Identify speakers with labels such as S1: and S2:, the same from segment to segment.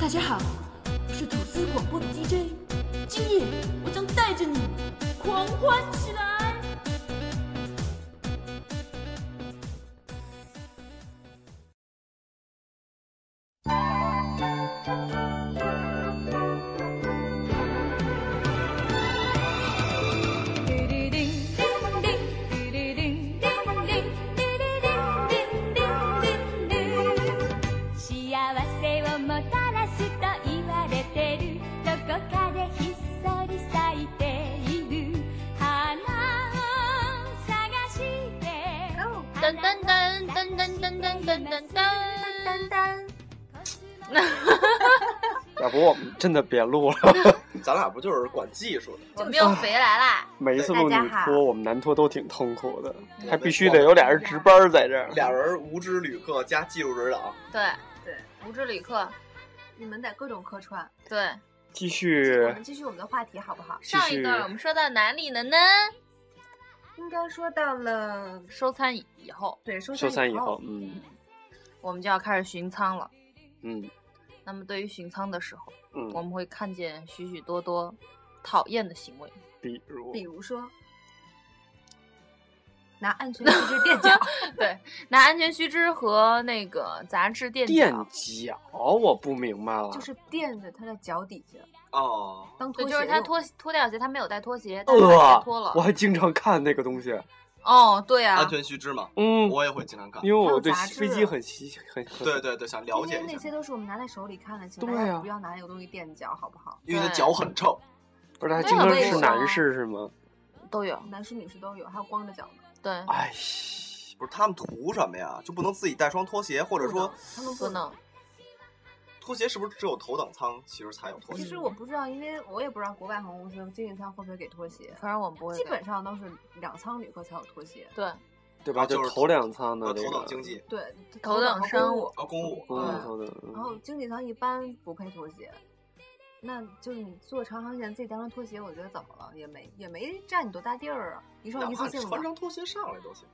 S1: 大家好，我是吐司广播的 DJ，今夜我将带着你狂欢起来。
S2: 滴滴叮叮叮，滴滴叮叮叮，滴滴叮叮叮叮叮。幸せをもたらすと言われてるどこかでひっそり咲いている花を探して
S3: 噔噔噔噔噔噔噔噔噔噔噔。
S4: 要不我们 真的别录了，
S5: 咱俩不就是管技术的？
S3: 我们又回来啦！
S4: 每一次录
S3: 大
S4: 女
S3: 家好
S4: 拖，我们男拖都挺痛苦的，
S5: 嗯
S4: 还必须得有俩人值班在这儿。
S5: 俩人无知旅客加技术指导，
S3: 对
S6: 对，
S3: 无知旅客，
S6: 你们得各种客串。
S3: 对
S4: 继
S6: 我
S4: 续
S6: 们继续我们的话题好不好？
S4: 继
S3: 上一
S4: 续，
S3: 段我们说到哪里了呢？
S6: 应该说到了，
S3: 收餐以后，
S6: 对，收
S4: 收
S6: 山
S4: 山以后，嗯
S3: 我们就要开始巡仓了。
S4: 嗯
S3: 那么对于巡仓的时候，我
S4: 嗯，
S3: 们会看见许许多多讨厌的行为，
S4: 比如
S6: 比如说拿安全须知 垫脚，
S3: 对，拿安全须知和那个杂志垫
S4: 垫
S3: 脚，
S4: 脚，我不明白了，
S6: 就是垫着他的脚底下
S5: 哦，
S6: 当拖
S3: 对，
S6: 鞋
S3: 就是他
S6: 用
S3: 脱脱掉鞋，他没有带拖鞋，但是他
S4: 呃
S3: 脱了
S4: 我。还经常看那个东西，
S3: 哦，对啊
S5: 安，全须知嘛，
S4: 嗯，
S5: 我也会经常看
S4: 因。为我对
S6: 还有杂志
S4: 飞机很稀很很
S5: 对对对，想了解
S6: 因为
S5: 一
S6: 那
S5: 下
S6: 些，都是我们拿在手里看的，请
S4: 对
S6: 大
S4: 啊
S6: 家不要拿那个东西垫脚，好不好？
S5: 因为他脚很臭，
S4: 不是他
S3: 对
S4: 经常
S3: 我也
S4: 是
S3: 是
S4: 男士是吗？
S3: 都有，
S6: 男士女士都有，还有光着脚的，
S3: 对，
S4: 哎，
S5: 不是他们图什么呀？就不能自己带双拖鞋，或者说
S6: 他们
S3: 不能。
S5: 拖鞋是不是只有头等舱其实才有拖
S6: 其
S5: 鞋？
S6: 实我不知道，因为我也不知道国外航空公司经济舱会不会给拖鞋，
S3: 反正我们不会给。
S6: 基本上都是两舱旅客才有拖鞋。
S3: 对，
S4: 对吧？
S5: 啊就是
S4: 头两舱的
S5: 呃，
S4: 这
S5: 头
S4: 个
S5: 等经，济
S6: 嗯对，
S3: 头等
S6: 和
S3: 商
S6: 公
S3: 务
S6: 务
S5: 啊，公务
S4: 嗯，
S6: 嗯
S4: 头等，嗯
S6: 然后经济舱一般不配拖鞋，那就是你坐长航线自己带双拖鞋，我觉得怎么了？也没也没占你多大地儿啊，一
S5: 哪
S6: 双一
S5: 怕
S6: 次
S5: 你
S6: 性
S5: 穿
S6: 的。
S5: 双拖鞋上来都行。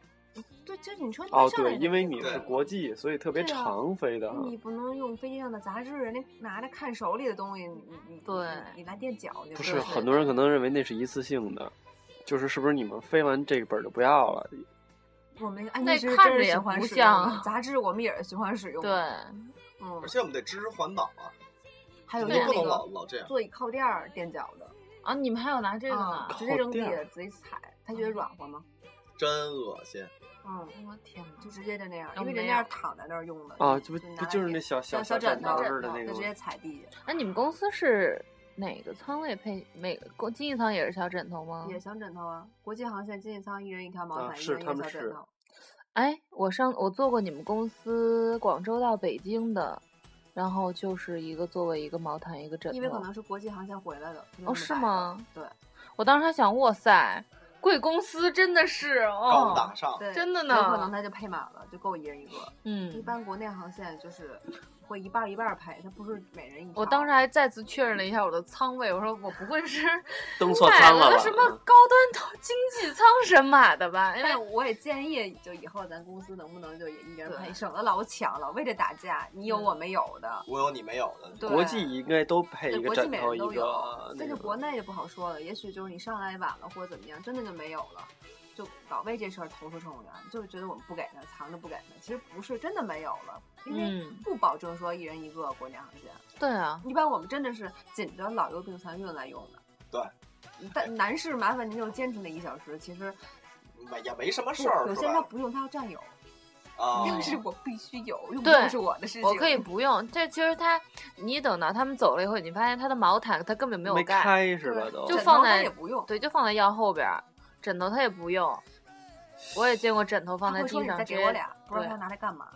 S6: 对，就是你穿
S4: 哦
S6: 上来
S4: 对，
S6: 的
S4: 因为
S6: 那
S4: 你嗯
S6: 个
S4: 是
S5: 对
S4: 国际，所以特别
S6: 对啊
S4: 长飞的，
S6: 你不能用飞机上的杂志，人家拿着看手里的东西，你你你
S3: 对
S6: 你来垫脚去。
S4: 不
S3: 对
S4: 是，
S3: 对
S4: 很多人可能认为那是一次性的，就是是不是你们飞完这个本儿就不要了？
S6: 我们安
S3: 那
S6: 全是
S3: 看
S6: 真
S3: 着
S6: 是
S3: 也
S6: 喜欢
S3: 不
S6: 使用的
S3: 像
S6: 杂志，我们也是喜欢使用。
S3: 对，，
S6: 嗯
S5: 而，且我们得支持环保啊，
S6: 还有
S5: 你
S3: 对
S5: 就
S6: 用
S5: 不能
S6: 那
S5: 老
S6: 个
S5: 老这样。
S6: 座椅靠垫儿垫脚的，
S3: 啊，你们还有拿这个呢
S6: 啊？直接
S4: 靠
S6: 扔地
S4: 垫儿
S6: 下自己踩，他觉得软和吗？
S5: 真恶心，
S6: 嗯。
S3: 我哎天哪！
S6: 就直接就那样，
S3: 啊
S6: 因为人
S3: 没
S6: 家
S3: 有
S6: 是躺在那儿用的
S4: 啊，这不
S6: 拿
S4: 不
S6: 来
S4: 就是
S6: 垫
S4: 那小
S6: 小
S4: 小
S6: 枕
S4: 枕头
S6: 头
S4: 似的
S6: 嗯
S4: 那个
S6: 就直
S4: 吗？
S6: 接踩地下，
S3: 那你们公司是哪个仓位配每个公经济舱也是小枕头吗
S6: 也？小枕头啊。国际航线经济舱一人一条毛
S4: 啊
S6: 毯，一
S4: 是
S6: 人一
S4: 他
S6: 个
S4: 们
S6: 小
S4: 是
S6: 枕头。
S3: 哎，我上我坐过你们公司广州到北京的，然后就是一个座位一个毛毯一个枕头。
S6: 因为可能是国际航线回来的。
S3: 哦
S6: 就这么
S3: 是
S6: 摆的
S3: 吗？
S6: 对
S3: 我当时还想，哇塞，贵公司真的是
S5: 高
S3: 哦
S5: 大，上，
S6: 对，
S3: 真的
S6: 有可
S3: 呢
S6: 能他就配满了，就够一人一个。一
S3: 嗯。
S6: 般国内航线就是会一半儿一半儿配，它不是每人一条。
S3: 我当时还再次确认了一下我的仓位，我说我不会是
S4: 登错
S3: 买
S4: 舱
S3: 了
S4: 了
S3: 个
S4: 吧嗯
S3: 什么高端头经济舱神马的吧？因为
S6: 但我也建议，就以后咱公司能不能就也一人
S3: 对
S6: 配，省得老抢，老为这打架，你有
S3: 嗯
S6: 我没有的。
S5: 我有你没有的。
S6: 对
S4: 国际应该都配
S6: 对，
S4: 一个
S6: 国际
S4: 枕
S6: 每
S4: 头
S6: 人
S4: 一
S6: 都
S4: 个
S6: 有，，
S4: 那
S6: 但是
S4: 个
S6: 国内就不好说了，也许就是你上来晚了或者怎么样，真的就没有了，就老为这事儿投诉乘务员，就是觉得我们不给他，藏着不给他，其实不是真的没有了，因为
S3: 嗯
S6: 不保证说一人一个国内航线，
S3: 对啊，
S6: 一般我们真的是紧着老幼病残孕来用的。嗯
S5: 对，
S6: 但男士麻烦您就坚持那一小时，其实
S5: 没也没什么
S6: 不
S5: 事儿，
S6: 有
S5: 是
S6: 些人他
S5: 吧？
S6: 不用，他要占有，
S5: 啊，
S6: 但是我必须有，用不
S3: 对
S6: 用是我的事情，
S3: 我可以不用。这其实它，你等到他们走了以后，你发现它的毛毯它根本没有
S4: 没
S3: 盖，
S4: 开是吧？都
S3: 就
S6: 枕头
S3: 放
S6: 他
S3: 在
S6: 也不用，
S3: 对，就放在腰后边儿，枕头它也不用。我也见过枕头放
S6: 他
S3: 在
S6: 会说
S3: 地
S6: 你
S3: 上
S6: 再
S3: 直
S6: 给我
S3: 接，
S6: 俩，不知道
S3: 对
S6: 他拿来干嘛。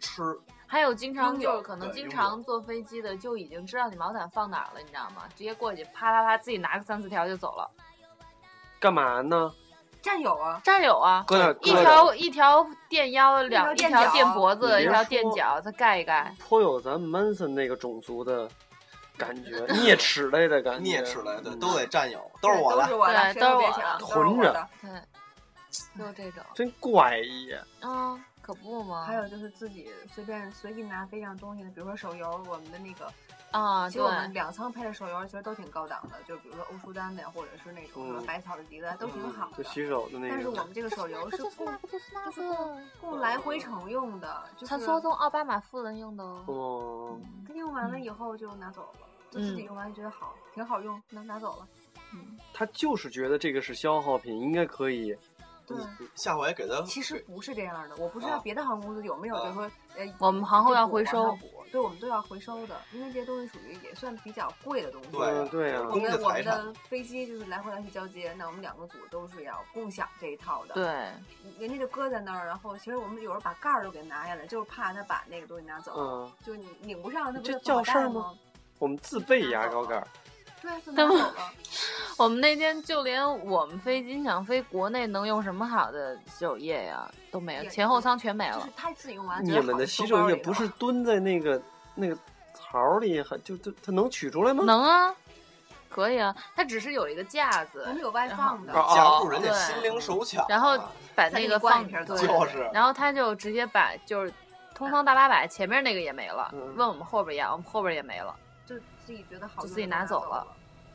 S5: 吃
S3: 还有经常
S6: 拥
S3: 就是
S6: 有
S3: 可能
S5: 对
S3: 经
S5: 拥
S3: 常坐飞机的就已经知道你毛毯放哪儿了，你知道吗？直接过去啪啪啪自己拿个三四条就走了。
S4: 干嘛呢？
S6: 占有啊，
S3: 这儿有啊，
S4: 搁那
S3: 一
S4: 搁着，
S3: 条一条垫腰，两
S6: 条
S3: 条
S6: 垫
S3: 垫
S6: 脚
S3: 脖子，
S4: 你
S3: 一
S4: 别
S3: 条垫
S4: 说
S3: 脚，再盖一盖。
S4: 颇有咱们 Manson 那个种族的感觉，啮齿类的感觉，
S5: 啮齿类的
S4: 嗯
S5: 都得占有，都是我
S6: 对
S5: 的
S6: 都是。我的，
S3: 对
S6: 谁
S3: 都是我
S6: 别
S3: 的
S6: 抢，都是
S4: 囤
S6: 我
S4: 着
S6: 的。
S3: 对，就这种
S4: 真怪异。
S3: 啊，可不嘛。
S6: 还有就是自己随便随意拿飞上东西的，比如说手游，我们的那个，
S3: 啊，
S6: 其实
S3: 对
S6: 我们两仓配的手游其实都挺高档的，就比如说欧舒丹的呀，或者是那种什么
S4: 嗯
S6: 百草的迪的，都挺好
S4: 就
S6: 的。
S4: 洗手的那个。
S6: 但是我们这个手游是供
S3: 就是那
S6: 就是供供来回程用的，就是
S3: 传说中奥巴马夫人用的哦。
S4: 哦，
S6: 用完了以后就拿走了，就自己用完觉得好，挺好用，拿拿走了。
S4: 他就是觉得这个是消耗品，应该可以。
S6: 对，
S5: 下回给他
S6: 其实不是这样的，我不知道
S5: 啊
S6: 别的航空公司有没有，
S4: 啊
S6: 就是说，呃，
S3: 我们航后要回收
S6: 往上补，对，我们都要回收的，因为这些东西属于也算比较贵的东西。
S5: 对
S4: 嗯对呀、
S6: 我
S5: 公
S6: 们
S5: 的
S6: 啊我们
S5: 财产
S6: 的飞机就是来回来去交接，那我们两个组都是要共享这一套的。，
S3: 对，
S6: 人家就搁在那儿，然后其实我们有时候把盖儿都给拿下来，就是怕他把那个东西拿走，
S4: 嗯，
S6: 就你拧不上，那不
S4: 这
S6: 就
S4: 叫
S6: 放
S4: 事儿
S6: 蛋
S4: 吗
S6: 吗？
S4: 我们自备牙膏盖儿，
S6: 对 啊，就拿
S3: 但
S6: 走
S3: 我
S6: 了。
S3: 我们那天就连我们飞机想飞国内能用什么好的洗手液呀都没有，
S6: 也
S3: 前后舱全没
S6: 就
S3: 了
S6: 是。他自己用完，
S4: 你们的洗手液不
S6: 啊
S4: 是蹲在那个那个槽儿里，还就就它能取出来吗？
S3: 能啊，可以啊，它只是有一个架子
S6: 我，们有外放的，
S4: 然后
S5: 加入人家
S3: 对
S5: 心灵手巧啊，
S3: 然后把
S6: 再
S3: 那
S6: 给
S3: 个
S6: 你灌
S3: 放
S6: 一瓶儿
S3: 对
S6: 左
S5: 右就是
S3: 然后他就直接把就是通通大八百前面那个也没了，
S4: 嗯
S3: 问我们后边要，我们后边也没了。
S6: 就自己觉得好，
S3: 就自己拿
S6: 拿
S3: 走了
S6: 了。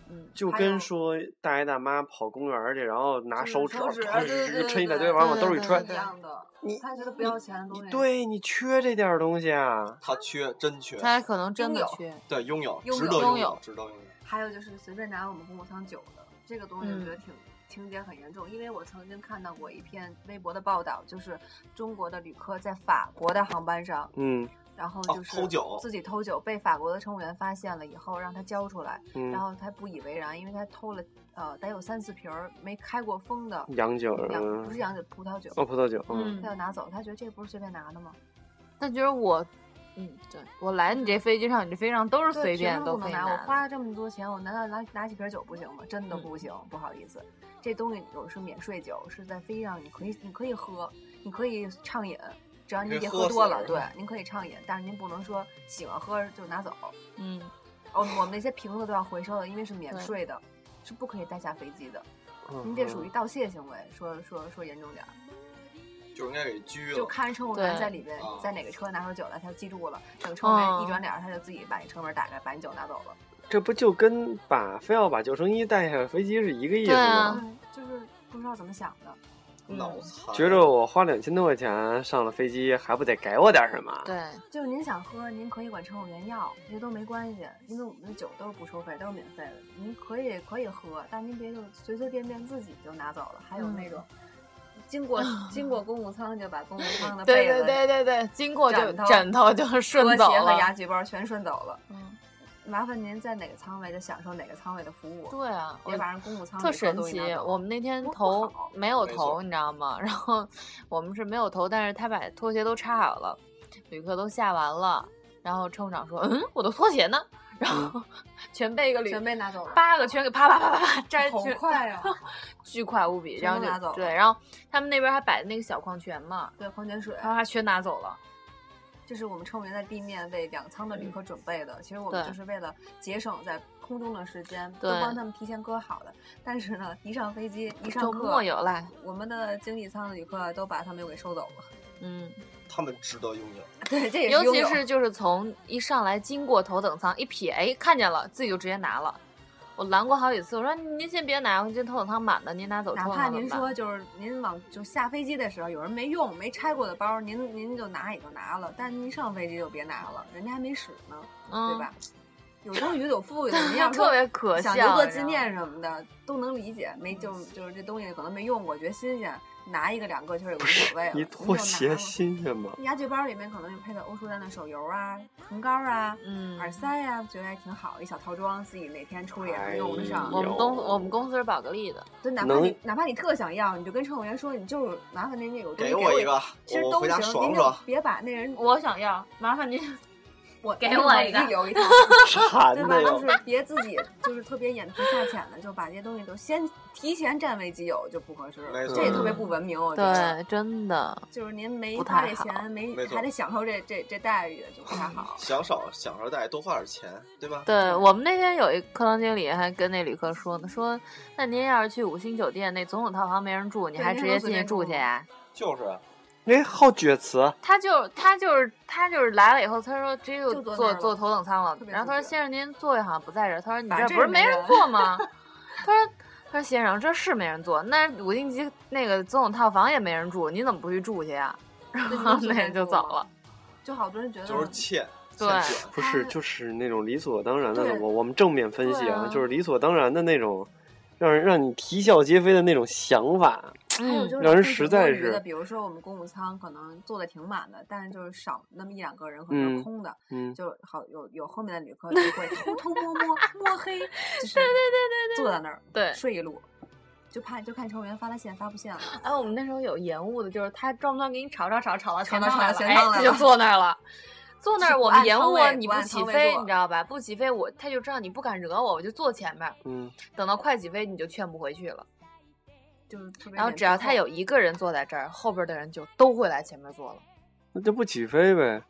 S3: 嗯，
S4: 就跟说大爷大妈跑公园儿去，然后拿手指啊
S6: 手指对对对
S4: 抻一大
S6: 对
S4: 堆玩意儿往
S3: 对
S4: 兜
S3: 对
S4: 里
S3: 对
S4: 揣
S6: 是，一样的。
S4: 你
S6: 他觉得不要钱的东西，
S4: 你，对你缺这点儿东西啊？
S5: 他缺真缺，
S3: 他可能真的
S6: 拥有
S3: 缺，
S5: 对拥有
S6: 拥有
S5: 值得
S3: 拥有
S5: 有，值得拥有。
S6: 还有就是随便拿我们公共仓酒的这个东西，我
S4: 嗯
S6: 觉得挺情节很严重。因为我曾经看到过一篇微博的报道，就是中国的旅客在法国的航班上，
S4: 嗯
S6: 然后
S5: 哦
S6: 就是
S5: 偷酒
S6: 自己偷酒，被法国的乘务员发现了以后，让他交出来，然
S4: 嗯，
S6: 后他不以为然，因为他偷了呃得有三四瓶儿没开过封的
S4: 洋酒，
S6: 洋，不是
S4: 嗯，
S6: 洋酒，葡萄酒，
S4: 哦，葡萄酒，嗯，
S6: 他
S3: 嗯，
S6: 要拿走，他觉得这不是随便拿的吗？
S3: 他觉得我，嗯，对我来你这飞机上，你这飞机上都是
S6: 对
S3: 随
S6: 凭什
S3: 便
S6: 么
S3: 都
S6: 不
S3: 可
S6: 能
S3: 以
S6: 拿。我
S3: 的
S6: 花了这么多钱，我难道拿拿几瓶酒不行吗？真的
S3: 嗯
S6: 不行，不好意思，这东西有是免税酒，是在飞机上你可以你可以喝，你可以畅饮，只要
S5: 你可
S6: 您
S5: 以
S6: 别
S5: 喝
S6: 喝多
S5: 死
S6: 了，
S5: 人
S6: 对，您可以畅饮，但是您不能说喜欢喝就拿走。
S3: 嗯，
S6: 哦，我们那些瓶子都要回收的，因为是免税的，是不可以带下飞机的。
S4: 嗯
S6: 您这属于盗窃行为，说说说严重点儿，
S5: 就是应该给拘
S6: 就
S5: 了。
S6: 看着乘务员
S3: 对
S6: 在里边
S5: 啊
S6: 在哪个车拿出酒来，他就记住了，等乘务员
S3: 嗯
S6: 一转脸儿，他就自己把你车门打开，把你酒拿走了。
S4: 嗯这不就跟把非要把救生衣带下飞机是一个意思
S3: 对
S4: 吗？
S3: 啊
S6: 嗯，就是不知道怎么想的。
S5: 脑
S6: 嗯
S5: 残，
S4: 觉着我花两千多块钱上了飞机，还不得给我点儿什么？
S3: 对，
S6: 就是您想喝，您可以管乘务员要，这都没关系，因为我们的酒都是不收费，都是免费的，您可以可以喝，但您别就随随便便自己就拿走了。还有
S3: 嗯
S6: 那种、经过经过公务舱就把公务舱的
S3: 对
S6: 被
S3: 对
S6: 子、
S3: 对对对，经过就
S6: 枕头
S3: 枕头就
S6: 拖
S3: 顺走
S6: 鞋和
S3: 了。
S6: 牙具包全顺走了。
S3: 嗯，
S6: 麻烦您在哪个仓位就享受哪个仓位的服务，
S3: 对啊，
S6: 别把人公务舱
S3: 特
S6: 里所有
S3: 神
S6: 东西
S3: 奇
S6: 拿，走
S3: 我们那天
S6: 多不
S3: 头
S6: 好
S3: 没有
S5: 没
S3: 头，
S5: 错
S3: 你知道吗？ 然后我们是没有头，但是他把拖鞋都插好了，旅客都下完了，然后乘务长说：“嗯，我的拖鞋呢？”然后 全被一个旅
S6: 嗯全被拿走了，
S3: 八个全给啪啪啪啪啪摘
S6: 好
S3: 去，
S6: 快啊！
S3: 巨快无比，
S6: 全
S3: 然
S6: 都拿
S3: 后
S6: 走
S3: 就
S6: 了
S3: 对，然后他们那边还摆那个小矿泉嘛，
S6: 对，矿泉水，
S3: 然后还全拿走了。
S6: 这是我们乘务员在地面为两舱的旅客准备的。其实我们
S3: 嗯对
S6: 就是为了节省在空中的时间，都
S3: 对
S6: 帮他们提前搁好了。但是呢，一上飞机，一上
S3: 就
S6: 课，啊
S3: 莫有赖，
S6: 我们的经济舱的旅客都把他们又给收走了。
S3: 嗯，
S5: 他们值得拥有。
S6: 对，这也是
S3: 尤
S6: 拥
S3: 其
S6: 有
S3: 是就是从一上来经过头等舱一瞥，哎，看见了，自己就直接拿了。我拦过好几次，我说您先别拿，我这头等舱满的，您拿走。
S6: 哪
S3: 头等
S6: 怕
S3: 舱
S6: 您
S3: 怎么办
S6: 说就是您往就下飞机的时候，有人没用没拆过的包，您您就拿也就拿了，但您上飞机就别拿了，人家还没使呢，对？吧？有赠予有富裕的，您要
S3: 嗯
S6: 说
S3: 特别可笑，
S6: 想留个
S3: 你知
S6: 纪
S3: 道吗
S6: 念什么的都能理解，
S7: 嗯
S6: 没就就是这东西可能没用过，觉得新鲜，拿一个两个其实也无所谓了。
S4: 你
S6: 您
S4: 拖
S6: 就拿
S4: 鞋
S6: 了
S4: 新鲜吗？
S6: 牙具包里面可能就配了欧舒丹的手油啊、唇膏啊、
S3: 嗯，
S6: 耳塞呀、觉得还挺好，一小套装，自己哪天
S5: 哎
S6: 出去也能用得上。
S3: 我们
S4: 有
S3: 公我们公司是宝格丽的，
S6: 就哪怕你
S4: 能
S6: 哪怕你特想要，你就跟乘务员说，你就是麻烦您有东
S5: 给
S6: 西
S5: 我一
S6: 个，
S5: 个
S6: 其实，
S5: 我
S6: 都
S5: 回
S6: 行
S5: 家，爽
S6: 您就
S5: 爽。
S6: 别把那人
S3: 我想要，麻烦您
S6: 我
S7: 给
S6: 一定
S7: 我
S6: 会
S7: 一个
S6: 留一套，
S4: 馋
S6: 对吧？
S4: 的
S6: 就
S4: 哟。
S6: 是别自己就是特别眼皮下潜的，就把这些东西都先提前占为己有就不合适
S5: 没
S6: 了，
S5: 错
S6: 这也特别不文明。我觉
S3: 对，
S6: 得，
S3: 真的，
S6: 就是您没
S3: 不
S6: 花
S3: 太
S6: 这钱，没
S5: 没错
S6: 还得享受这这这待遇，就不太 好。
S5: 想少想少带，多花点钱，对吧？
S3: 对我们那天有一课堂经理还跟那旅客说呢，说那您要是去五星酒店，那总统套房没人住，你
S6: 对
S3: 还
S6: 那
S3: 直
S6: 都
S3: 接
S6: 随
S3: 进去
S6: 便
S3: 住
S6: 住
S3: 去呀、
S5: 就是啊，
S4: 哎，好厥词，
S3: 他就他就是他就是来了以后，他说直接就
S6: 就坐那
S3: 坐
S6: 儿了
S3: 坐头等舱了
S6: 特。别
S3: 然后他说：“
S6: 自觉
S3: 先生，您座位好像不在这儿。”他说：“你
S6: 反
S3: 这
S6: 正
S3: 不是
S6: 也
S3: 没
S6: 没
S3: 人
S6: 人
S3: 坐 吗？”他说：“他说先生，这是没人坐，那五星级那个总统套房也没人住，你怎么不去住去呀、然后
S6: 就
S3: 那人就走了。。
S6: 就好多人觉得
S5: 就是欠欠
S3: 对
S5: 卷。
S4: 不是就是那种理所当然的
S6: 啊对。
S4: 我我们正面分析
S3: 对啊
S4: 就是理所当然的那种，让人让你啼笑皆非的那种想法。
S3: 嗯哎
S6: 还哎有就是
S4: 让人
S6: 不止
S4: 实在
S6: 多余
S4: 是
S6: 的，比如说我们公务舱可能坐的挺满的，但是就是少那么一两个人可能
S4: 嗯
S6: 是空的，
S4: 嗯，
S6: 就好有有后面的旅客就会偷偷摸摸摸黑，就是对对对对坐在那儿
S3: 对
S6: 睡一路，就怕就看乘务员发了线发不线了，
S3: 哎，我们那时候有延误的，就是他装不装给你吵吵吵吵到前
S6: 吵到
S3: 舱
S6: 吵
S3: 来
S6: 到
S3: 了，
S6: 前
S3: 哎
S6: 舱，来
S3: 他就
S6: 了
S3: 坐那儿了。 坐那
S6: 是
S3: 儿
S6: 不
S3: 我们
S6: 按
S3: 延
S6: 舱
S3: 误
S6: 位，
S3: 你
S6: 不
S3: 不
S6: 按
S3: 起
S6: 舱位
S3: 飞，
S6: 坐
S3: 你知道吧？不起飞我他就知道你不敢惹我，我就坐前面儿。
S4: 嗯，
S3: 等到快起飞你就劝不回去了。
S6: 就是特别
S3: 然后
S6: 脸
S3: 只要
S6: 皮
S3: 他
S6: 厚
S3: 有一个人坐在这儿，后边的人就都会来前面坐了。
S4: 那就不起飞呗？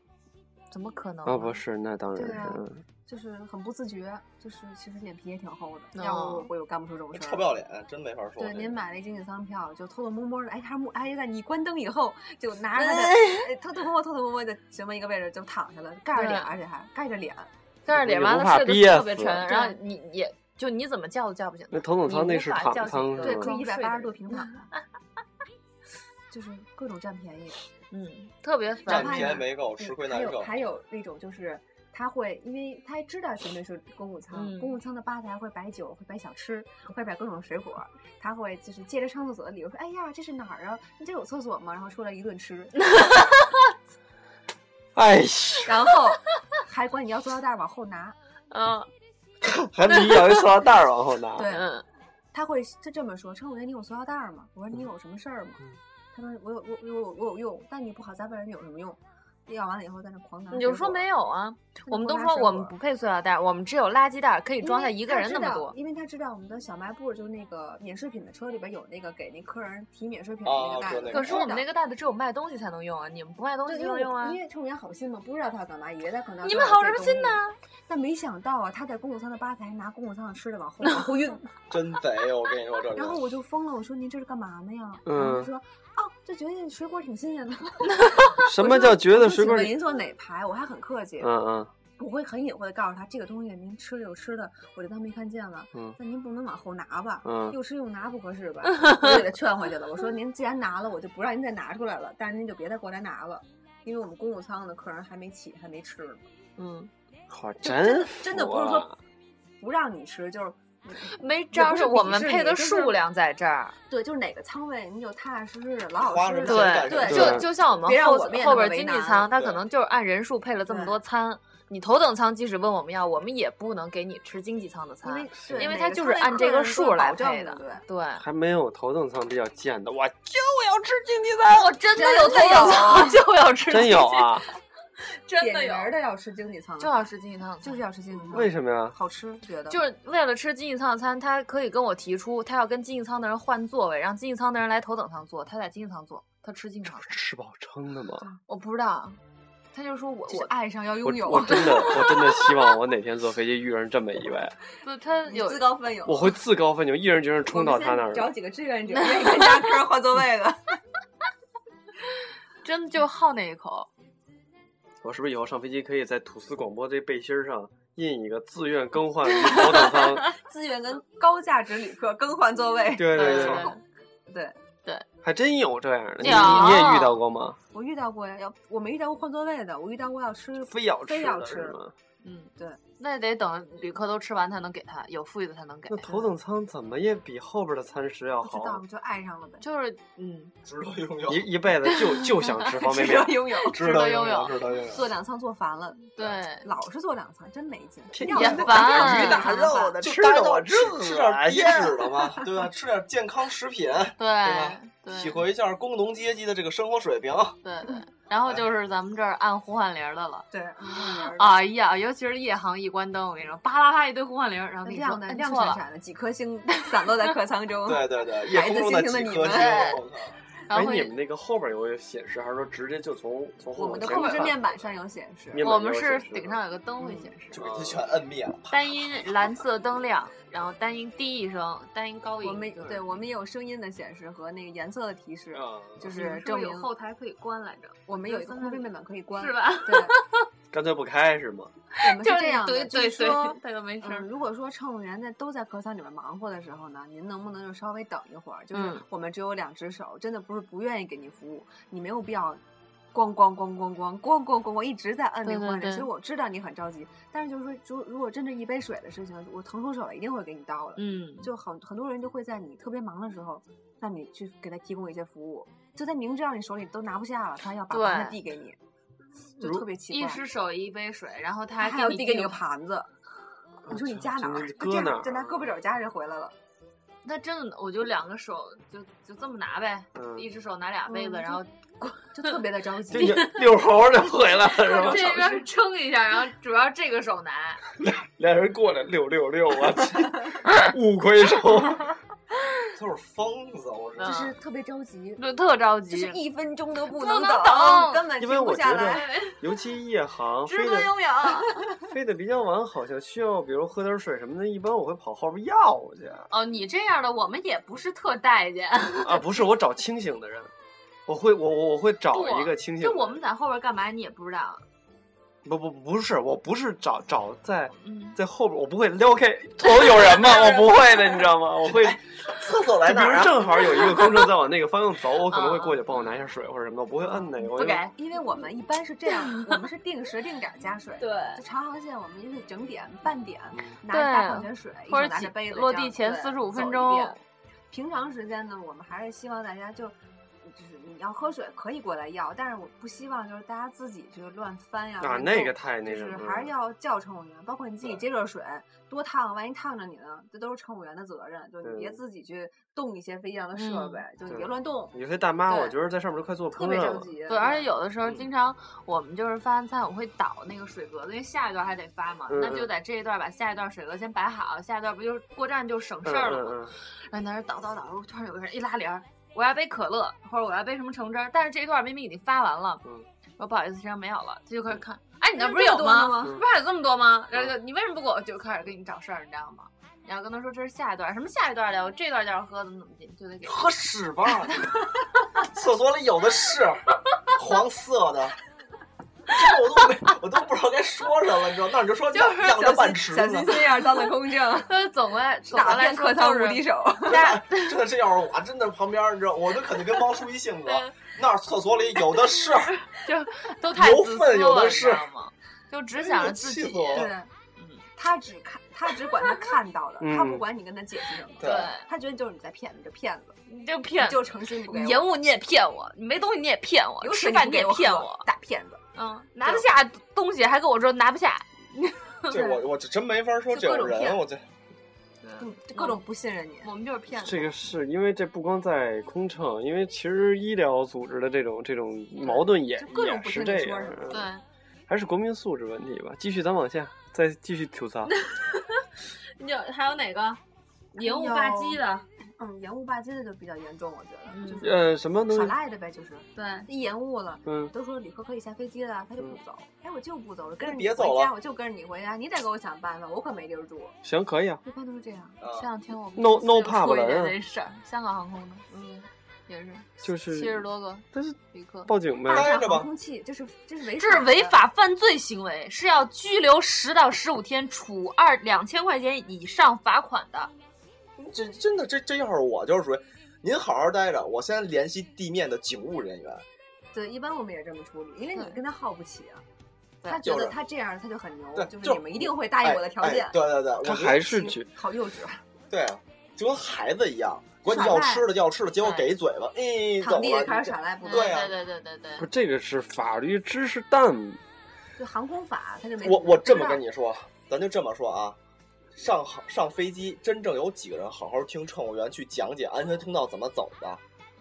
S3: 怎么可能呢？
S4: 啊，不是，那当然
S6: 对啊
S4: 是。嗯
S6: 就是很不自觉，就是其实脸皮也挺厚的，
S3: 哦
S6: 要不我也干不出这种事儿。
S5: 臭不要脸，真没法说。
S6: 对，
S5: 这
S6: 您
S5: 个
S6: 买了一经济舱票，就偷偷摸摸的，哎，他摸，哎，在你关灯以后，就拿着他的，哎偷偷摸摸、偷偷摸摸的，什么一个位置就躺下了，盖着
S3: 对
S6: 脸，而且还盖着脸，
S3: 但是
S4: 也
S3: 脸
S4: 不
S3: 完了
S4: 怕
S3: 睡
S4: 憋
S3: 得特别
S4: 死
S3: 沉，
S4: 呃
S3: 然后你也就你怎么叫都叫不醒。
S4: 那头等舱
S3: 你
S4: 那
S3: 无
S4: 是
S3: 法
S4: 躺
S3: 叫醒
S4: 舱
S3: 一个
S4: 是
S6: 对，
S4: 吧
S6: 可以
S3: 装
S6: 一百
S3: 睡
S6: 八
S3: 的
S6: 十度
S3: 人
S6: 平躺 的，就是各种占便宜。
S3: 嗯，特别烦
S5: 占
S6: 哪。怕
S5: 便宜
S6: 你
S5: 没够，
S6: 对
S5: 吃亏
S6: 还
S5: 难
S6: 有
S5: 受。
S6: 还有那种就是他会，因为他知道什么是公务舱，
S3: 嗯
S6: 公务舱的吧台会摆酒，会摆小吃，会摆各种水果，他会就是借着上厕所的理由说：“哎呀，这是哪儿啊？你这有厕所吗？”然后出来一顿 吃，
S4: 哎呀，
S6: 然 后还管你要塑料袋儿往后拿。
S3: 嗯
S4: 还得咬一塑料袋儿往后拿。
S6: 对，
S3: 嗯，
S6: 他会他这么说：“乘务员，你有塑料袋儿吗？”我说：“你有什么事儿吗？”他说：“我有我我有我有用，但你不好再问人有什么用。”要完了以后在那狂拿，
S3: 你就说没。有啊。我们都
S6: 拿
S3: 说
S6: 水
S3: 我
S6: 果
S3: 们不配塑料袋，我们只有垃圾袋，可以
S6: 因
S3: 装
S6: 为
S3: 下一个
S6: 他
S3: 人
S6: 知
S3: 那么
S6: 道
S3: 多。
S6: 因为他知道我们的小卖部就是那个免税品的车里边有那个给那客人提免税品的那
S5: 哦
S6: 个袋
S5: 对
S6: 子。
S5: 那个
S3: 可是我们那
S6: 个
S3: 个袋子只有卖东西才能用啊，你们不卖东西
S6: 对，
S3: 就
S6: 因
S3: 能
S6: 为
S3: 用
S6: 我
S3: 啊
S6: 因。为乘务员好心嘛，不知道他要干嘛，以为他可能
S3: 你们好
S6: 人
S3: 人心呐！
S6: 但没想到啊，他在公务舱的吧台拿公务舱的吃的往 后往后运，
S5: 真贼！我跟你说，这
S6: 然后
S5: 人
S6: 我就疯了，我说您这是干嘛呢呀？
S4: 嗯
S6: 然后他说哦，就觉得水果挺新鲜的。
S4: 什么叫觉得水果
S6: 我说请问
S4: 里？
S6: 您坐哪排？我还很客气，
S4: 嗯嗯，
S6: 我会很隐晦的告诉他，这个东西您吃了有吃的，我就当没看见了。
S4: 嗯
S6: 那您不能往后拿吧？
S4: 嗯
S6: 又吃又拿不合适 吧？我就给他劝回去了。我说您既然拿了，我就不让您再拿出来了，但是您就别再过来拿了，因为我们公务舱的客人还没起，还没吃呢。
S3: 嗯，
S4: 好，
S6: 就真
S4: 真
S6: 的真的
S4: 服
S6: 不是
S4: 啊
S6: 说不让你吃，就是
S3: 没
S6: 也
S3: 招儿，
S6: 不
S3: 是
S6: 是
S3: 我
S6: 鄙
S3: 们
S6: 视
S3: 配
S6: 你
S3: 的
S6: 就是
S3: 数量在这儿。
S6: 对，就是哪个舱位你就踏踏实实、老
S5: 花
S6: 老实
S5: 什
S6: 实
S5: 么钱干
S6: 的
S5: 什么
S6: 对，
S5: 事
S3: 就
S4: 对
S3: 就像我们
S6: 别让
S3: 后
S6: 我们也
S3: 后
S6: 那么
S3: 边
S6: 为
S3: 经济
S6: 难
S3: 舱，它可
S5: 对
S3: 能就是按人数配了这么
S6: 对
S3: 多餐。你头等舱即使问我们要，我们也不能给你吃经济舱的
S6: 因为
S3: 餐，
S6: 对
S3: 因为
S6: 哪
S3: 它
S6: 个
S3: 就
S6: 舱
S3: 是
S6: 位
S3: 按
S6: 客
S3: 这个
S6: 人都
S3: 数
S6: 有
S3: 来
S6: 保证
S3: 配
S6: 的，
S3: 的。
S6: 对。
S3: 对，
S4: 还没有头等舱比较贱的，我
S3: 我真的有头
S6: 真
S3: 等
S6: 有
S3: 舱就要吃，
S4: 真有，啊！
S3: 真
S6: 点
S3: 的有
S6: 名，儿的要吃经济舱的，
S3: 就要吃经济舱的餐，
S6: 就是要吃经济舱，
S4: 为什么呀？
S6: 好吃？觉得
S3: 就是为了吃经济舱的餐，他可以跟我提出，他要跟经济舱的人换座位，让经济舱的人来头等舱坐，他在经济舱坐，他吃经济舱。
S4: 吃饱撑的吗？
S3: 我不知道，
S6: 啊
S3: 他就说我
S6: 我
S3: 我
S6: 爱上要
S4: 我
S6: 拥有，啊
S4: 我真的我真的希望我哪天坐飞机遇上这么一位，
S3: 不他
S6: 你
S3: 有
S6: 自告奋勇，
S4: 我会自告奋勇，一人决定冲到他那
S6: 我
S4: 儿
S6: 们。先找几个志愿者，愿意跟大哥换座位 的。
S3: 真的就好那一口。
S4: 我是不是以后上飞机可以在吐司广播这背心儿上印一个自愿更换头等 舱？
S6: 自愿跟高价值旅客更换座位。
S4: 对
S3: 对
S4: 对
S3: 对，
S6: 对，
S4: 还真有这样的，你你
S3: 有
S4: 也遇到过吗？
S6: 我遇到过呀，要我没遇到过换座位的，我遇到过要吃
S4: 非要吃
S6: 非要
S4: 的是
S6: 吃
S4: 吗？
S3: 嗯，
S6: 对，
S3: 那得等旅客都吃完才能给他，有富裕的才能给
S4: 那。头等舱怎么也比后边的餐食要
S6: 不知
S4: 好，啊
S6: 道就爱上了呗，
S3: 就是嗯，
S5: 值得拥有，
S4: 一一辈子 就就想吃方便
S6: 值得
S4: 面，
S6: 拥有。
S5: 值
S3: 得
S5: 得
S3: 拥
S5: 拥
S3: 有
S5: 值得拥有。
S6: 坐两舱坐烦了，
S3: 对，
S6: 老是坐两舱真没劲，
S4: 天
S6: 要
S4: 也
S6: 不然
S3: 烦
S6: 就
S4: 鱼大肉的，
S5: 就
S4: 吃
S5: 大
S4: 的
S5: 家都
S4: 我
S5: 吃
S4: 这
S5: 吃点低 脂的嘛，对吧？吃点 健康食品，
S3: 对
S5: 吧
S3: 对
S5: 体会一下工农阶级的这个生活水平。
S3: 对对。然后就是咱们这儿按呼唤铃儿的 了。
S6: 对，嗯，
S4: 啊
S3: 哎呀，尤其是夜航一关灯，我跟你说，巴拉巴一堆呼唤铃儿，然后跟你说
S6: 亮的
S3: 摁
S6: 亮
S3: 错
S6: 闪
S3: 了，
S6: 闪的，几颗星散落在客舱中。
S5: 对对对，夜
S6: 嗯孩
S5: 空
S6: 子
S5: 中
S6: 心
S5: 的
S6: 情的
S5: 几
S6: 你
S5: 颗
S6: 们
S5: 星，我靠！
S3: 然后
S4: 哎，你
S3: 会
S4: 们那个后边有个显示，还是说直接就从从后
S6: 我
S4: 往
S6: 们的
S4: 前
S6: 控制
S4: 看
S6: 面板上有显示，
S4: 面板
S3: 我们
S4: 有
S3: 是
S4: 显示
S3: 顶
S4: 的
S3: 上有个灯
S6: 嗯
S3: 会显示，
S5: 就给它全摁灭了。
S3: 单音蓝色灯亮，然后单音低一声，单音高一声。
S6: 我们
S3: 就是
S6: 对我们也有声音的显示和那个颜色的提示，
S4: 啊，
S6: 就是
S3: 证
S6: 证
S3: 明
S6: 明
S3: 后台可以关来着，
S6: 我们有一
S3: 就
S6: 个
S3: 是
S6: 控制面板可以关，
S3: 是？吧？
S6: 对，
S4: 干脆不开是吗？
S6: 我们是这样
S3: 对
S6: 的，就
S3: 对
S6: 是
S3: 对
S6: 说，。
S3: 他就没声
S6: 嗯，
S3: 儿。
S6: 如果说乘务员在都在客舱里面忙活的时候呢，您能不能就稍微等一会儿？就是
S3: 嗯
S6: 我们只有两只手，真的不是不愿意给您服务，你没有必要咣咣咣咣咣咣咣咣咣一直在摁那
S3: 对
S6: 个
S3: 对
S6: 换着。
S3: 对
S6: 其实我知道你很着急，但是就是说，如如果真的一杯水的事情，我腾出手来一定会给你倒的。
S3: 嗯，
S6: 就很很多人就会在你特别忙的时候，让你去给他提供一些服务，就他明知道你手里都拿不下了，他要把
S3: 对
S6: 盘子递给你，就
S4: 如
S6: 特别奇
S3: 一
S6: 怪。
S3: 只手一杯水，然后他还
S6: 他还要
S3: 你
S6: 递给你
S3: 个
S6: 个盘子，你说你夹哪儿？他
S4: 搁
S6: 这
S4: 哪
S6: 样
S4: 儿？
S6: 就拿胳膊肘夹着回来了。
S3: 那真的，我就两个手就就这么拿呗，
S4: 嗯
S3: 一只手拿俩杯子，
S6: 嗯
S3: 然后
S6: 就特别的着
S4: 这
S6: 急
S4: 就。遛猴儿就回来了是 吧？
S3: 这边撑一下，然后主要这个手拿，
S4: 俩人过来六六六，我去， 五魁首，
S5: 都是疯子，我说
S3: 嗯
S6: 就是特别着急，
S3: 就特着
S6: 就
S3: 急
S6: 是。一分钟都
S3: 嗯
S6: 不
S3: 不
S6: 能
S3: 能等
S6: 根本
S4: 因
S6: 停
S4: 为
S6: 不
S4: 我
S6: 下
S4: 觉得
S6: 来。
S4: 尤其夜航
S3: 值
S4: 飞
S3: 得
S4: 的
S3: 拥有，
S4: 飞的比较晚，好像需要比如喝点水什么的，一般我会跑后边要去。
S3: 哦，你这样的我们也不是特待见，
S4: 啊，不是，我找清醒的人，我会我我我会找
S3: 不
S4: 一个清醒
S3: 就
S4: 的人。
S3: 我们在后边干嘛你也不知道，
S4: 不不不是，我不是找找在
S3: 嗯，
S4: 在后边，我不会撩 开头有人吗？我不会的，你知道 吗？我会
S5: 厕所
S4: 就
S5: 来
S4: 比
S5: 哪儿
S4: 如
S5: 啊？
S4: 正好有一个公众在往那个方向走，我可能会过去帮我拿一下水或者什么的，我不会摁那个。我
S3: 不
S4: 就
S3: 给，
S6: 因为我们一般是这样，我们是定时定点儿加水。
S3: 对，
S6: 就长航线我们就是整点、半点
S4: 嗯
S6: 拿着大
S3: 对
S6: 矿泉水，一
S3: 或
S6: 手
S3: 者
S6: 拿
S3: 起
S6: 着杯子，
S3: 落
S6: 这样
S3: 地前
S6: 对
S3: 45分
S6: 走一
S3: 钟
S6: 遍平常时间呢，我们还是希望大家就。就是你要喝水可以过来要，但是我不希望就是大家自己去乱翻呀。
S4: 啊
S6: 乱
S4: 那
S6: 动
S4: 个嗯太那
S6: 嗯就
S4: 什
S6: 是
S4: 么
S6: 还
S4: 了
S6: 是要叫乘务员，包括你自己接热水多烫，万一烫着你呢，这都是乘务员的责任。就你别
S4: 对
S6: 自己去动一些飞机上的设
S3: 嗯
S6: 备，就你
S4: 对
S6: 别乱动，
S4: 有些大妈，
S6: 对
S4: 我觉得在上面都快坐
S6: 特
S4: 烹饪
S6: 别着
S4: 了。
S6: 急。
S3: 对，而且有的时候
S4: 嗯
S3: 经常我们就是发完餐，我会倒那个水格子，因为下一段还得发嘛，
S4: 嗯
S3: 那就在这一段把下一段水格先摆好，下一段不就是过站就省
S4: 嗯
S3: 事儿了
S4: 嗯
S3: 嘛。
S4: 嗯，
S3: 然后你在那儿倒倒倒，突然有个人一拉帘儿，我要杯可乐，或者我要杯什么橙汁儿，但是这一段明明已经发完了，
S4: 嗯
S3: 我说不好意思，身上没有了，他就开始看，
S5: 嗯
S3: 哎，你
S6: 你
S3: 那不是有吗？
S6: 吗？
S4: 嗯
S3: 不是还有这么多吗？然后就你为什么不给我？就开始给你找事儿，你知道吗？然后跟他说这是下一段，什么下一段的，我这段就要 喝，怎么怎么地，就得给。
S5: 喝屎 吧！厕所里有的是黄色的， 这个我都没，我都不知道该说什么，你知道？那你就说
S3: 就是
S5: 养着半池
S6: 小心
S5: 子。
S6: 心眼儿当的空政，
S3: 呃， 总归总
S6: 打
S3: 的
S6: 遍
S3: 来
S6: 客
S3: 说
S6: 舱
S3: 就
S6: 无敌
S3: 是
S6: 手。
S3: 大家
S5: 真的，这要是我，真的旁边，你知道，我就肯定跟猫叔一性格
S6: 嗯
S3: 对。
S5: 那儿厕所里有的 是，
S3: 就都太
S5: 油
S3: 自私
S5: 分有的
S3: 了，你
S5: 是哎
S3: 知道吗？就只想着自己
S5: 气死。我了
S6: 对，嗯他只看，他只管他看到的，他不
S4: 嗯
S6: 管你跟他解释什么。
S5: 对
S6: 他觉得就是你在骗，你这骗子，
S3: 你就
S6: 你
S3: 骗，
S6: 就诚心不给
S3: 你
S6: 我，
S3: 延误你也骗我，你没东西你也骗我，
S6: 有
S3: 吃
S6: 水
S3: 饭
S6: 你
S3: 你也
S6: 给我
S3: 骗
S6: 喝
S3: 我，
S6: 大骗子，
S3: 嗯，拿得下东西还跟我说拿不下，
S5: 这我我这真没法说
S6: 就
S5: 这
S6: 各
S5: 种
S6: 种骗
S5: 人，我这啊
S6: 嗯就各种不信任你。
S3: 我们就是骗子
S4: 这。个是因为这不光在空乘，因为其实医疗组织的这种这种矛盾也
S6: 就各种
S4: 也
S6: 不
S4: 是
S6: 听你
S4: 这
S6: 说
S4: 样嗯
S6: 什么，
S3: 对，
S4: 还是国民素质问题吧。继续，咱往下再继续吐槽。
S3: 你有还有哪个哎延误
S6: 有
S3: 吧唧的？
S6: 嗯，延误吧唧的就比较严重，我觉
S3: 嗯
S6: 得就是
S4: 呃，什么东
S6: 耍
S4: 西？
S6: 赖的呗，就是
S3: 对，
S6: 一延误了。
S4: 嗯，
S6: 都说旅客可以下飞机了，他就不走。哎，我就不走，我跟着
S5: 你
S6: 你
S5: 别
S6: 回
S5: 走
S6: 家，
S5: 了
S6: 我就跟着你回家，你得给我想办法，我可没地儿住。
S4: 行，可以啊。
S6: 一般都是这样。
S5: 啊
S3: 前两天我们
S4: No-
S3: 公司
S4: no
S3: 就出
S4: pub
S3: 一件
S4: 了啊
S3: 这事儿，香港航空的，
S6: 嗯，
S3: 也是
S4: 就是
S3: 七十多个
S4: 但是
S3: 旅客，
S4: 报警
S6: 霸
S4: 呗。
S5: 待
S6: 占
S5: 着吧
S6: 航空器，这是这是违
S3: 这是违法犯罪行为，是要拘留十到十五天，处二两千块钱以上罚款的。
S5: 这真的这这要是我就是属于，您好好待着，我先联系地面的警务人员。
S6: 的。对，一般我们也这么处理，因为你
S3: 对
S6: 跟他耗不起啊。
S3: 对
S6: 他觉
S5: 就
S6: 得
S5: 是
S6: 他这样他就很牛
S5: 对，
S6: 就是
S5: 就
S6: 你们一定会答应我的条件
S5: 哎哎。对对对，
S4: 他
S5: 我觉得
S4: 还是觉
S6: 好幼稚，
S5: 对啊，就跟孩子一样，管你
S6: 耍
S5: 要
S6: 赖
S5: 吃的要吃的，结果
S3: 对
S5: 给一嘴巴，哎，走了。
S6: 躺地就开
S5: 你这
S6: 始耍赖不
S3: 嗯
S6: 走。
S5: 对啊
S3: 对对对对
S4: 不是
S3: 对，
S4: 这个是法律知识淡
S6: 就航空法他就没。
S5: 我我这么
S6: 不知道
S5: 跟你说，咱就这么说啊，上航上飞机真正有
S3: 嗯
S5: 几个人好好听乘务员去讲解安全通道怎么走的，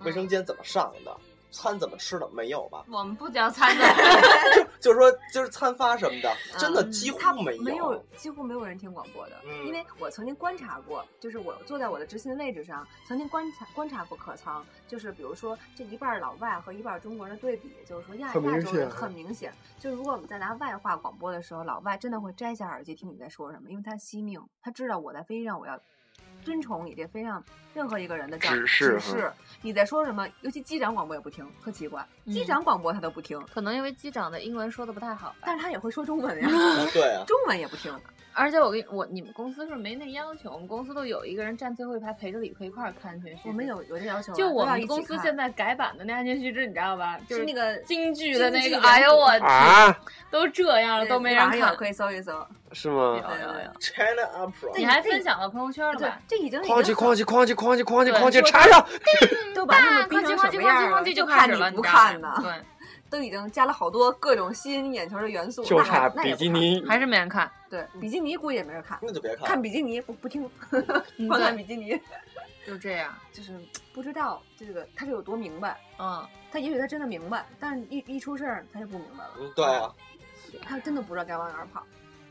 S5: 卫生间怎么上的，餐怎么吃的没有吧？
S3: 我们不教餐的，
S5: 就是说，就是餐发什么的，真的
S6: 嗯
S5: 几乎
S6: 他
S5: 没
S6: 没几乎没有人听广播的，
S5: 嗯
S6: 因为我曾经观察过，就是我坐在我的执勤位置上，曾经观察观察过客舱，就是比如说这一半儿老外和一半儿中国人的对比，就是说亚
S7: 很
S6: 亚
S7: 明
S6: 洲人
S7: 显
S6: 很明显，就如果我们在拿外话广播的时候，老外真的会摘下耳机听你在说什么，因为他惜命，他知道我在飞机上我要。遵从你这飞机上任何一个人的叫
S4: 指示
S6: 指示你在说什么？尤其机长广播也不听，特奇怪，机
S3: 嗯
S6: 长广播他都不听，
S3: 可能因为机长的英文说的不太好吧。
S6: 但是他也会说中文呀，
S5: 啊对啊，
S6: 中文也不听。
S3: 而且我跟我你们公司是没那要求，我们公司都有一个人站最后一排陪着李逵一块儿看安全须知。
S6: 我们有有这要求啊，
S3: 就
S6: 都
S3: 我
S6: 要一
S3: 们
S6: 起
S3: 公司
S6: 看
S3: 现在改版的那安全须知，你知道吧？就是
S6: 那个
S3: 京剧的那
S6: 京剧
S3: 个，
S6: 原
S3: 哎呦
S6: 著
S3: 我去
S7: 啊，
S3: 都这样了
S6: 对
S3: 都没人
S6: 网上
S3: 看
S6: 有，可以搜一搜。
S4: 是
S3: 有有
S4: 吗？
S3: 有，
S5: China Opera，
S3: 你还分享到朋友圈了
S6: 对
S3: 吧？，
S6: 这已经
S7: 哐叽哐叽哐叽哐叽哐叽
S3: 对
S7: 哐叽，
S3: 说
S7: 插上，
S6: 都把他
S3: 吧，
S6: 们逼
S3: 哐
S6: 成
S3: 叽哐叽哐
S6: 什么
S3: 叽
S6: 样
S3: 哐
S6: 了，
S3: 叽
S6: 就
S3: 开始
S6: 你
S3: 了，你
S6: 不
S3: 知道吗
S6: 看呢，
S3: 对，
S6: 都已经加了好多各种吸引眼球的元素，
S4: 就
S6: 那
S4: 差
S6: 还那也
S4: 比
S6: 不
S4: 基
S6: 看。
S4: 尼，嗯
S3: 还是没人看。
S6: 对，比基尼估计也没人看，
S5: 那就别看
S6: 看
S5: 了。
S6: 比基尼不不听，
S3: 嗯
S6: 光看
S3: 对
S6: 比基尼，
S3: 就这样，
S6: 就是不知道这个他是有多明白。
S3: 嗯，
S6: 他也许他真的明白，但是一一出事儿他就不明白了，
S5: 嗯对啊，
S6: 他真的不知道该往哪儿跑。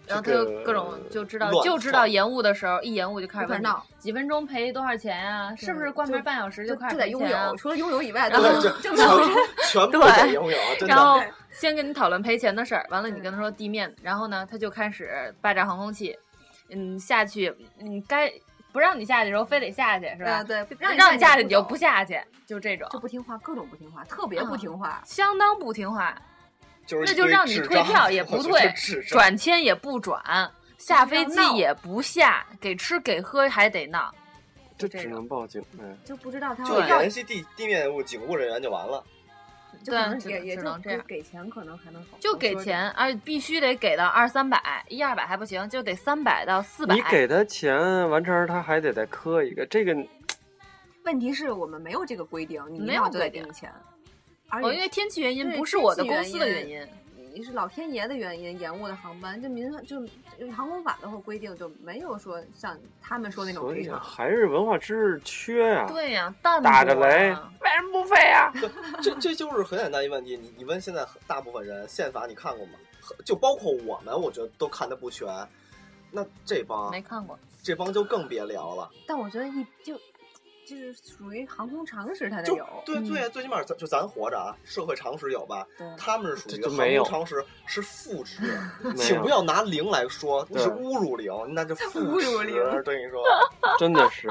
S3: 然后他
S4: 这个
S3: 就各种就知道
S5: 乱
S3: 就知
S5: 窜
S3: 道延误的时候，一延误就开始
S6: 就开
S3: 问
S6: 始
S3: 你
S6: 闹
S3: 几分钟赔多少钱啊？是不是
S6: 对
S3: 关门
S6: 就
S3: 半小时
S6: 就
S3: 开始
S6: 得
S3: 赔
S6: 拥
S3: 钱啊
S6: 有，？除了拥有以外，咱
S5: 对，
S6: 们
S5: 就
S6: 正
S5: 全
S6: 常
S5: 部 全部得拥有，啊真
S3: 然后
S5: 的。
S3: 先跟你讨论赔钱的事儿，完了你
S6: 嗯
S3: 跟他说地面，然后呢，他就开始霸占航空器，嗯，下去，嗯，该不让你下去的时候非得下去，是吧？
S6: 对对，
S3: 让
S6: 让
S3: 你下去
S6: 你
S3: 你就
S6: 走
S3: 不下去，就这种，
S6: 就不听话，各种不听话，特
S3: 嗯
S6: 别不听话。
S3: 相当不听话，
S5: 就是
S3: 那
S5: 一
S3: 就
S5: 堆
S3: 让你
S5: 智
S3: 退
S5: 障
S3: 票也 不
S5: 我觉
S3: 退
S5: 得智障
S3: 转签也不转，下飞机
S6: 要闹
S3: 也不下，给吃给喝还得闹，
S4: 这
S3: 这
S4: 只
S3: 个
S4: 能报警嗯呗。
S6: 就不知道他
S5: 就
S6: 要
S5: 联系地地面务警务人员就完了。
S6: 就可能
S3: 对
S6: 也
S3: 只
S6: 也
S3: 只
S6: 就
S3: 能这样
S6: 给给钱可能还能好，
S3: 就给钱，而且必须得给到二三百，一二百还不行，就得三百到四百。
S4: 你给他钱，完成儿他还得再磕一个，这个
S6: 问题是我们没有这个规定，你
S3: 没
S6: 一
S3: 有
S6: 闹就
S3: 规
S6: 得给
S3: 定
S6: 你钱，而
S3: 哦，因
S6: 且
S3: 为天气原因
S6: 对
S3: 不是
S6: 天
S3: 我的
S6: 气
S3: 公
S6: 原
S3: 司的
S6: 因
S3: 原因，
S6: 你是老天爷的原因延误的航班，就民就就航空法的话规定就没有说像他们说那种
S4: 所
S6: 赔
S4: 以啊
S6: 偿。
S4: 还是文化知识缺呀、
S3: 对呀、淡
S4: 打着
S3: 薄啊
S4: 雷为什么不飞呀、
S5: 这这就是很简单一个问题。你你问现在很大部分人宪法你看过吗？很就包括我们，我觉得都看的不全。那这帮
S3: 没看过，
S5: 这帮就更别聊了，
S6: 但我觉得一就就是属于航空常识，他得
S5: 就
S6: 有。
S5: 对对，最起码咱就咱活着啊，社会常识有吧？
S6: 对
S5: 他们是属于
S4: 这就
S5: 航
S4: 没有
S5: 空常识是负值，
S4: 没
S5: 请
S4: 有
S5: 不要拿零来说，那是
S4: 对
S5: 侮辱零，那就负
S6: 侮辱
S5: 值。
S6: 零
S5: 对你说，
S4: 真的 是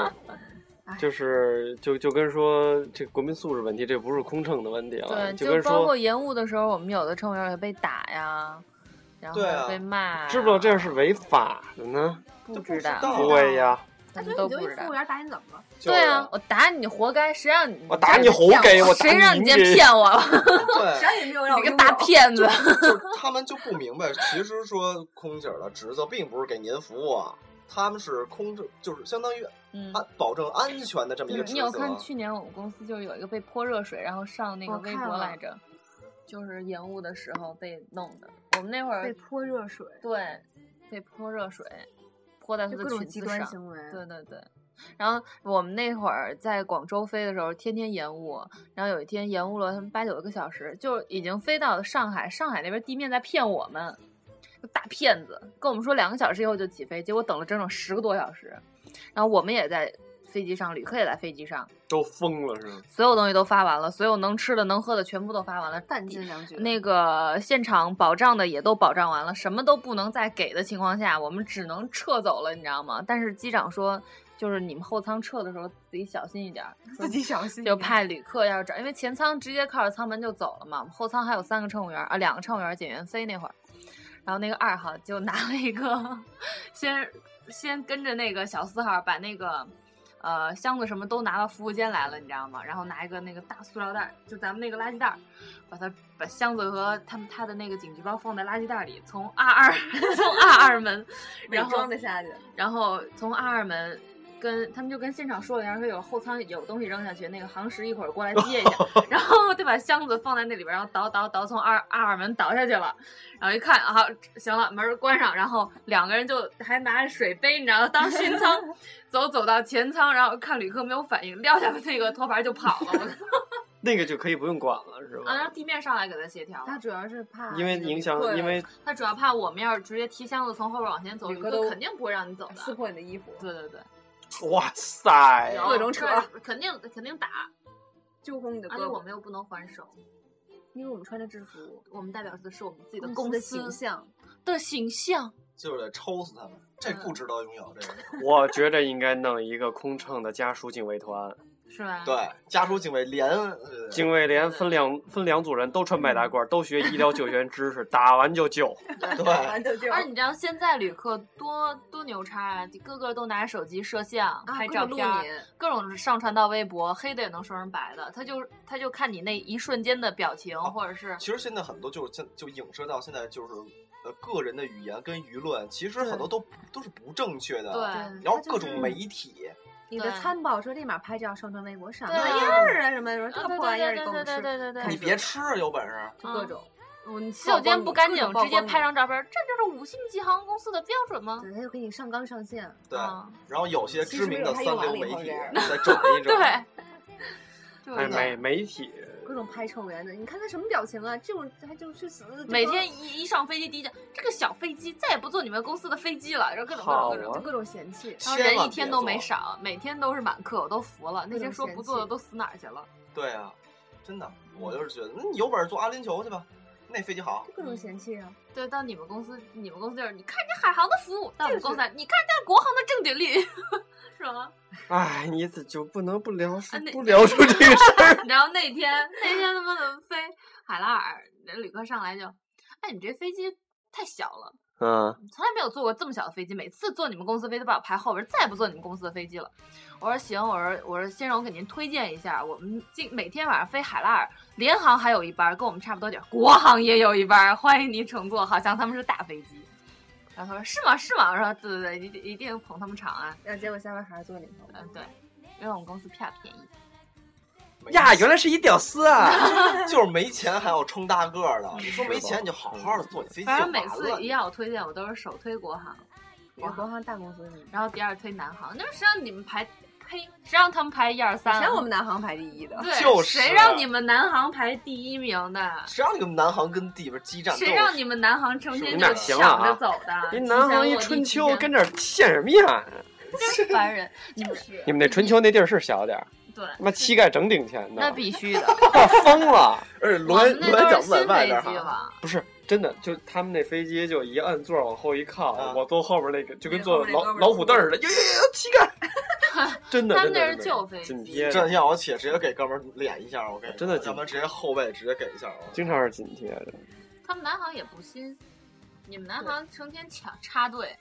S6: 哎，
S4: 就是就就跟说这国民素质问题，这不是空乘的问题啊，
S3: 对，
S4: 跟
S3: 就包括
S4: 说
S3: 延误的时候，我们有的乘务员也被打呀，然后
S5: 对啊
S3: 被骂、
S4: 知不知道这样是？违法的呢？
S3: 不
S5: 就不
S3: 知
S5: 知道
S3: 道，
S5: 哦
S4: 对呀，
S3: 他
S6: 他
S3: 们
S6: 觉
S3: 都
S6: 得
S3: 不
S6: 你就
S3: 知
S6: 一
S3: 道
S6: 服务。员打你怎么了？
S5: 就是
S3: 对啊，我打你，活该！谁让你
S4: 我打你猴给我打
S3: 谁让你
S4: 你
S3: 今天骗我了？
S5: 对，
S6: 谁也没有让我
S3: 你个
S6: 拥
S3: 大
S6: 有
S3: 骗 子！
S5: 就是他们就不明白，其实说空姐儿的职责并不是给您服务啊，他们是空着，就是相当于
S3: 嗯，
S5: 安保证安全的这么一个职
S3: 你有看
S5: 责。啊
S3: 去年我们公司就是有一个被泼热水，然后上那个
S6: 我
S3: 微
S6: 看
S3: 博
S6: 了
S3: 来着，就是延误的时候被弄的。我们那会
S6: 被
S3: 儿
S6: 泼热水，
S3: 对被泼热水，泼在他
S6: 就
S3: 的
S6: 各种
S3: 裙
S6: 极
S3: 子
S6: 端
S3: 上。
S6: 行为。
S3: 对对对。然后我们那会儿在广州飞的时候，天天延误，然后有一天延误了他们八九个小时，就已经飞到上海，上海那边地面在骗我们，大骗子跟我们说两个小时以后就起飞，结果等了整整十个多小时，然后我们也在飞机上，旅客也在飞机上，
S4: 都疯了是吗？
S3: 所有东西都发完了，所有能吃的能喝的全部都发完了，
S6: 弹尽粮绝。
S3: 那个现场保障的也都保障完了，什么都不能再给的情况下，我们只能撤走了，你知道吗？但是机长说，就是你们后舱撤的时候自己小心一点儿，
S6: 自己小心
S3: 就
S6: 点，
S3: 怕旅客要是找，因为前舱直接靠着舱门就走了嘛，我们后舱还有三个乘务员啊，两个乘务员，减员飞那会儿，然后那个二号就拿了一个，先先跟着那个小四号把那个。呃，箱子什么都拿到服务间来了，你知道吗？然后拿一个那个大塑料袋儿，就咱们那个垃圾袋儿，把它把箱子和他们他的那个警局包放在垃圾袋里，从二二 从二二门，
S6: 伪
S3: 然后
S6: 装的下去。
S3: 然后从二二门跟他们就跟现场说了一下，说有后舱有东西扔下去，那个航时一会儿过来接一下，然后就把箱子放在那里边，然后倒倒倒从二二二门倒下去了，然后一看啊，行了，门儿关上，然后两个人就还拿着水杯，你知道吗，当训舱走走到前舱，然后看旅客没有反应，撂下那个托盘就跑了，我
S4: 那个就可以不用管了，是
S3: 啊，让
S4: 吧？
S3: 地面上来给他协调。
S6: 他主要是怕
S4: 因为影响，因为
S3: 他主要怕我们要是直接提箱子从后边往前走，
S6: 宇
S3: 宇哥
S6: 哥都
S3: 肯定不会让你走
S6: 撕
S3: 的。
S6: 破你的衣服，
S3: 对对对，
S4: 哇塞，
S3: 有
S6: 各种扯
S3: 对肯定肯定打，
S6: 揪红你的
S3: 而
S6: 胳
S3: 且
S6: 膊。
S3: 我们又不能还手，
S6: 因为我们穿着制服，
S3: 我们代表的是我们自己的
S6: 公司
S3: 公
S6: 的
S3: 司
S6: 形象，
S3: 的形象。
S5: 就是得抽死他们，这
S6: 嗯
S5: 不值得拥有 这个。
S4: 我觉着应该弄一个空乘的家属警卫团，
S3: 是吧？
S5: 对，家属警卫连呃
S4: 警卫连分两分两组人，都穿白大褂，都学医疗救援知识，打完就救。
S5: 对，
S6: 完就 就
S3: 而且你知道现在旅客多多牛叉啊，个个都拿手机摄像、
S6: 啊
S3: 拍
S6: 各
S3: 照
S6: 种
S3: 片
S6: 录
S3: 儿，
S6: 你
S3: 各种上传到微博，黑的也能说成白的，他就他就看你那一瞬间的表情，
S6: 哦
S3: 或者是
S5: 其实现在很多就是现就影射到现在就是呃个人的语言跟舆论，其实很多都都是不正确的。
S3: 对
S5: 然后
S6: 他就
S5: 各
S6: 是
S5: 种媒体，
S6: 你的
S3: 对
S6: 参保说立马拍照上传微博，什么
S3: 对
S6: 玩意儿啊什么什么，这
S3: 啊
S6: 个
S3: 对
S6: 破玩意儿
S3: 对
S6: 给我
S3: 对对
S6: 们
S3: 对
S6: 吃，
S3: 对对对，
S5: 你别吃，啊有本事
S6: 就各种，
S3: 嗯，洗手间不干净
S6: 曝，光
S3: 直
S6: 你
S3: 接拍张照片儿，这就是五星级航空公司的标准吗？
S6: 对，他就给你上纲上线，
S5: 对。
S3: 啊
S5: 然后有些
S6: 嗯其
S5: 知
S6: 实
S5: 名
S6: 有
S5: 的
S6: 他
S5: 三
S6: 用完
S5: 流
S6: 了以
S5: 媒
S6: 后
S5: 体
S6: 这样
S5: 再整 一整，
S3: 对，就是
S4: 哎，
S3: 这
S4: 媒
S3: 样
S4: 媒体，
S6: 各种拍臭脸的，你看他什么表情啊？这种他就去死，这
S3: 每
S6: 个
S3: 天一一上飞机第一件，这个小飞机再也不坐你们公司的飞机了，然后各种各
S4: 好
S3: 种各种
S4: 啊
S6: 就。各种嫌弃，
S3: 然后
S5: 千
S3: 人
S5: 万
S3: 一天
S5: 别
S3: 都没
S5: 做
S3: 少，每天都是满课，我都服了。那些说不做的都死哪儿去了？
S5: 对啊，真的，我就是觉得，那你有本事坐阿联酋去吧，那飞机好
S6: 就。各种嫌弃啊。
S3: 对，到你们公司，你们公司就是你看人家海航的服务，到我们
S6: 就是
S3: 公司来，你看人家国航的正点率， 是吗？
S4: 哎，你怎就不能不聊出
S3: 啊那
S4: 不聊出这个事 儿？
S3: 然后那天那天他妈怎么飞海拉尔，人旅客上来就，哎，你这飞机太小了，
S4: 嗯，
S3: 从来没有坐过这么小的飞机，每次坐你们公司飞都把我排后边，再也不坐你们公司的飞机了。我说行，我说我说先生，我给您推荐一下，我们今每天晚上飞海拉尔，联航还有一班，跟我们差不多点儿，国航也有一班，欢迎您乘坐，好像他们是大飞机。然后他说是吗？是吗？我说对对对，一定一定捧他们场啊，
S6: 然后结果下班还是坐里头，
S3: 嗯对，因为我们公司票便宜。
S5: 没
S4: 呀，
S5: 钱
S4: 原来是一屌丝啊！
S5: 就是没钱还要充大个 儿的，你说没
S4: 是吧
S5: 钱你就好好的坐你飞机就
S3: 反
S5: 完
S3: 正
S5: 了。
S3: 每次一要我推荐，我都是首推国航，
S6: 有国航大公司是吗？
S3: 然后第二推南航。那谁让你们排，呸，谁让他们排一二三？
S6: 谁让我们南航排 第一 的？
S3: 对，
S5: 就是
S3: 谁让你们南航排第一名的？
S5: 谁让你们南航跟地方基站斗
S3: 谁让你们南航成天
S4: 行
S3: 就
S4: 了行了
S3: 抢着
S4: 啊
S3: 走的？
S4: 您南航一春 秋跟这儿现什么样？
S3: 真烦人，你们
S6: 是
S4: 你们那春秋那地儿是小点儿，
S3: 对，
S4: 他妈膝盖整顶前
S3: 那
S4: 的，
S3: 必须的。
S4: 快疯了！
S5: 而
S3: 我
S5: 且螺
S3: 们
S5: 旋螺
S3: 那
S5: 旋
S3: 都
S5: 桨
S3: 是
S5: 子在
S3: 新
S5: 外
S3: 飞
S5: 边儿
S3: 机
S5: 哈，
S3: 了，
S4: 不是真的，就他们那飞机就一按座往后一靠，
S5: 啊
S4: 我坐后边那个就跟
S6: 对
S4: 坐
S6: 后面
S4: 老
S6: 那哥们儿
S4: 老虎凳儿似的，哟哟哟，哟膝盖，真的，
S3: 他
S4: 真
S3: 们
S4: 的
S3: 那是
S4: 真的
S3: 旧飞
S4: 紧
S3: 机
S4: 贴
S5: 这要我起直接给哥们儿脸一下，我跟你说
S4: 真的
S5: 要不然直接后背直接给一下。我
S4: 经常是紧贴的。
S3: 他们南航也不新，你们南航成天抢插队，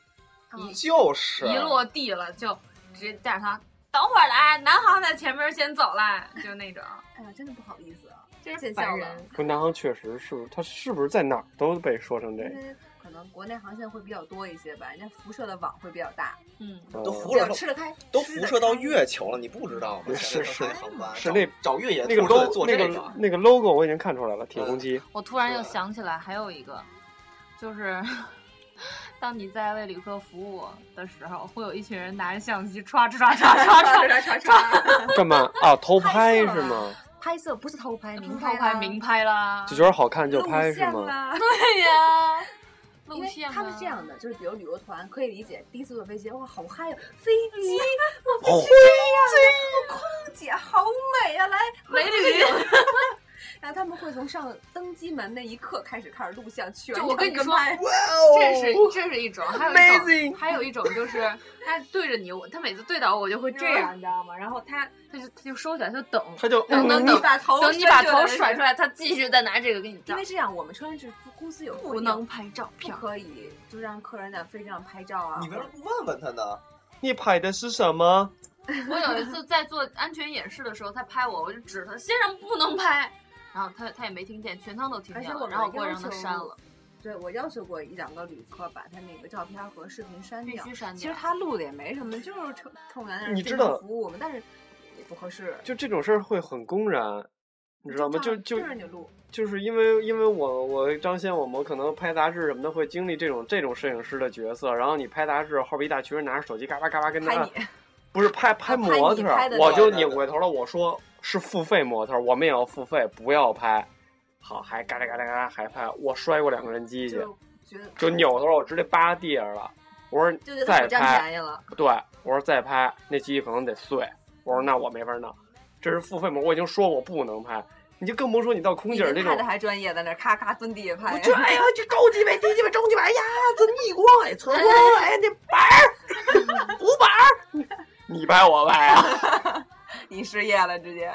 S3: 一
S5: 就是
S3: 嗯
S5: 啊
S3: 一落地了就直接带着他，等会儿来，南航在前面先走啦，就那种，
S6: 哎呀，真的不好意思啊，
S3: 真是
S6: 见
S3: 烦
S6: 笑
S3: 人。
S4: 不，南航确实是，他是不是在哪儿都被说成这
S6: 因
S4: 样？
S6: 为可能国内航线会比较多一些吧，人家辐射的网会比较大，
S3: 嗯，
S5: 都
S4: 嗯
S5: 服了，
S6: 吃得开，
S5: 都辐射到月球了，你不知道吗？
S4: 是是是
S5: 是
S4: 那
S5: 找越野
S4: 呃那个
S5: 兔子
S4: logo，
S5: 做
S4: 那
S5: 这
S4: 个那个 logo 我已经看出来了，铁公鸡。
S3: 我突然又
S5: 是吧
S3: 想起来还有一个，就是 当你在为旅客服务的时候，会有一群人拿着相机唰唰唰唰 唰唰
S6: 唰 唰
S5: 嗯
S6: 唰，
S4: 干 嘛啊？偷拍
S6: 拍摄
S4: 是吗？
S6: 拍摄不是偷拍，
S3: 明
S6: 明
S3: 拍
S6: 啦
S3: 明拍啦，
S4: 就觉得好看就
S6: 录
S4: 拍是
S6: 像啊
S4: 吗？
S6: 啦
S3: 对 呀、
S6: 因
S3: 路
S6: 为
S3: 线
S6: 他们
S3: 啊
S6: 是这样的，就是比如旅游团可以理解，第一次坐飞机，哇，好嗨呀、飞机，
S3: 嗯
S4: 哦，
S6: 空姐好 美呀、啊，来
S3: 美
S6: 喝
S3: 女
S6: 个酒 然后他们会从上登机门那一刻开始开始录像，全
S3: 就我跟你
S6: 程跟
S3: 说
S6: 拍
S4: 哦
S3: 这是这是一种，还有一
S4: Amazing
S3: 种，还有一种就是他对着你，我他每次对到我，我就会这样，你知道吗？然后他
S6: 嗯
S3: 他就他就收起来，他就等，
S4: 他就
S3: 等等等
S6: 把头
S3: 等你把头甩
S6: 甩
S3: 出，来，他继续再拿这个给你照
S6: 因为，这样我们穿制服，公司有
S3: 不
S6: 规定
S3: 能拍照
S6: 不
S3: 片。
S6: 可以就让客人在飞机上拍照啊，
S5: 你为什么不问问他呢？
S4: 你拍的是什么？
S3: 我有一次在做安全演示的时候，他拍我，我就指他，先生不能拍。然后他他也没听见，全舱都听
S6: 而
S3: 见
S6: 且
S3: 了，
S6: 我
S3: 然后
S6: 们
S3: 我过来让他删了，。
S6: 对，我要求过一两个旅客把他那个照片和视频删
S3: 必
S6: 掉。
S3: 须删
S6: 其
S3: 掉
S6: 实。他录的也没什么，就是冲冲咱那儿
S4: 你
S6: 进
S4: 知
S6: 行
S4: 道
S6: 服务我们，但是也不合适，
S4: 就这种事儿会很公然，你知道吗？就就
S6: 就是你录，
S4: 就是因为因为我我张先我们可能拍杂志什么的会经历这种这种摄影师的角色，然后你拍杂志后边一大群人拿着手机嘎巴嘎巴跟那
S6: 拍
S4: 儿
S6: 你，
S4: 不是拍拍模特
S6: 拍你拍
S4: 儿
S6: 的，
S4: 我就
S5: 那个
S4: 拧过头了，我说是付费模特，我们也要付费，不要拍。好，还嘎啦嘎啦嘎啦还拍，我摔过两个人机去，
S6: 就觉得
S4: 就扭头我直接扒地上了。我说
S6: 就觉得
S4: 再
S6: 我占
S4: 拍，
S6: 便宜了，
S4: 对，我说再拍那机可能得碎。我说那我没法弄，这是付费模，我已经说我不能拍，你就更甭说你到空姐儿
S6: 比
S4: 这
S6: 你拍
S4: 种
S6: 的还专业，在那儿咔咔蹲地下拍。
S5: 这哎呀，这高级呗，低级呗，中级呗，哎呀，这逆光哎，侧光哎，那板儿五板儿，
S4: 你拍我拍 啊！
S6: 你失业了直接，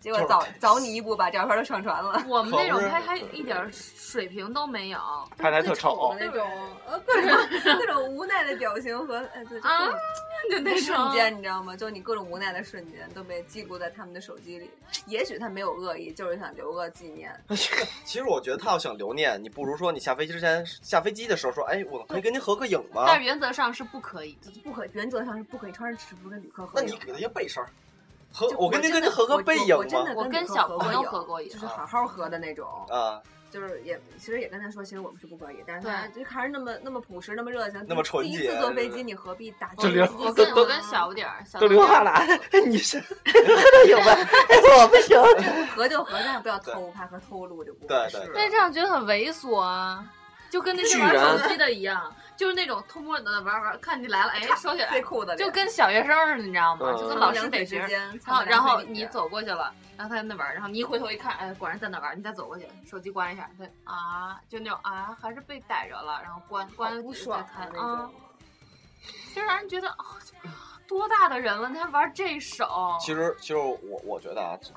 S6: 结果
S5: 就是
S6: 早早你一步把照片都上传了。
S3: 我们那种
S5: 可不是
S3: 拍还一点水平都没有，
S4: 拍的还特丑
S3: 哦
S6: 的，那种，呃各种各种无奈的表情和哎对
S3: 啊
S6: 就
S3: 就那
S6: 那
S3: 种
S6: 瞬间你知道吗？就你各种无奈的瞬间都被记录在他们的手机里。也许他没有恶意，就是想留个纪念。
S5: 其实我觉得他要想留念，你不如说你下飞机之前，下飞机的时候说，哎，我可以跟您合个影吗？
S3: 但是原则上是不可以。
S6: 不可原则上是不可以穿着制服跟旅客合
S5: 那
S6: 影。
S5: 你给他一背身儿，合
S6: 就
S5: 我跟您
S6: 真
S5: 跟
S6: 的
S5: 您合个背影
S6: 我真的
S5: 吗？
S3: 我跟
S6: 旅客
S3: 小
S6: 合
S3: 朋
S6: 过
S3: 友
S6: 影
S3: 合过影
S6: 就是好好合的那种。
S5: 啊，
S6: 就是也其实也跟他说，其实我们是不可以，但是他就还是那么那么朴实，那么热情，
S5: 那么纯洁
S6: 第一次坐飞机，你何必打击
S4: 这流
S3: 我
S6: 自己
S3: 跟
S6: 呢
S3: 我跟小不点儿，小
S4: 都
S3: 不
S4: 流
S3: 点儿
S4: 汗 了。哎，你是合个影呗？哎， 我不行。
S6: 合就合，但是不要偷拍和偷录就不
S5: 对
S6: 合适
S5: 对
S6: 了。
S5: 对
S3: 但这样觉得很猥琐啊，就跟那
S4: 居
S3: 些玩手
S4: 然
S3: 机的一样，就是那种偷摸的玩玩，看你来了，哎，收起
S6: 最
S3: 来，
S6: 酷的脸
S3: 就跟小学生似的，你知道吗？
S4: 嗯
S3: 就跟
S6: 他们
S3: 老师
S6: 两腿
S3: 北
S6: 之
S3: 学。
S6: 间，
S3: 然后，
S6: 他们
S3: 哦然
S6: 两
S3: 后
S6: 腿之
S3: 你
S6: 间，
S3: 走过去了，然后他在那玩儿，然后你一回头一看，哎，果然在那玩儿，你再走过去，手机关一下，对啊，就那种啊，还是被逮着了，然后关关
S6: 好
S3: 了
S6: 不
S3: 几次
S6: 爽
S3: 再
S6: 啊
S3: 看
S6: 那
S3: 啊
S6: 种，。
S3: 就让人觉得啊，多大的人了，你还玩这手？
S5: 其实其实我我觉得啊，就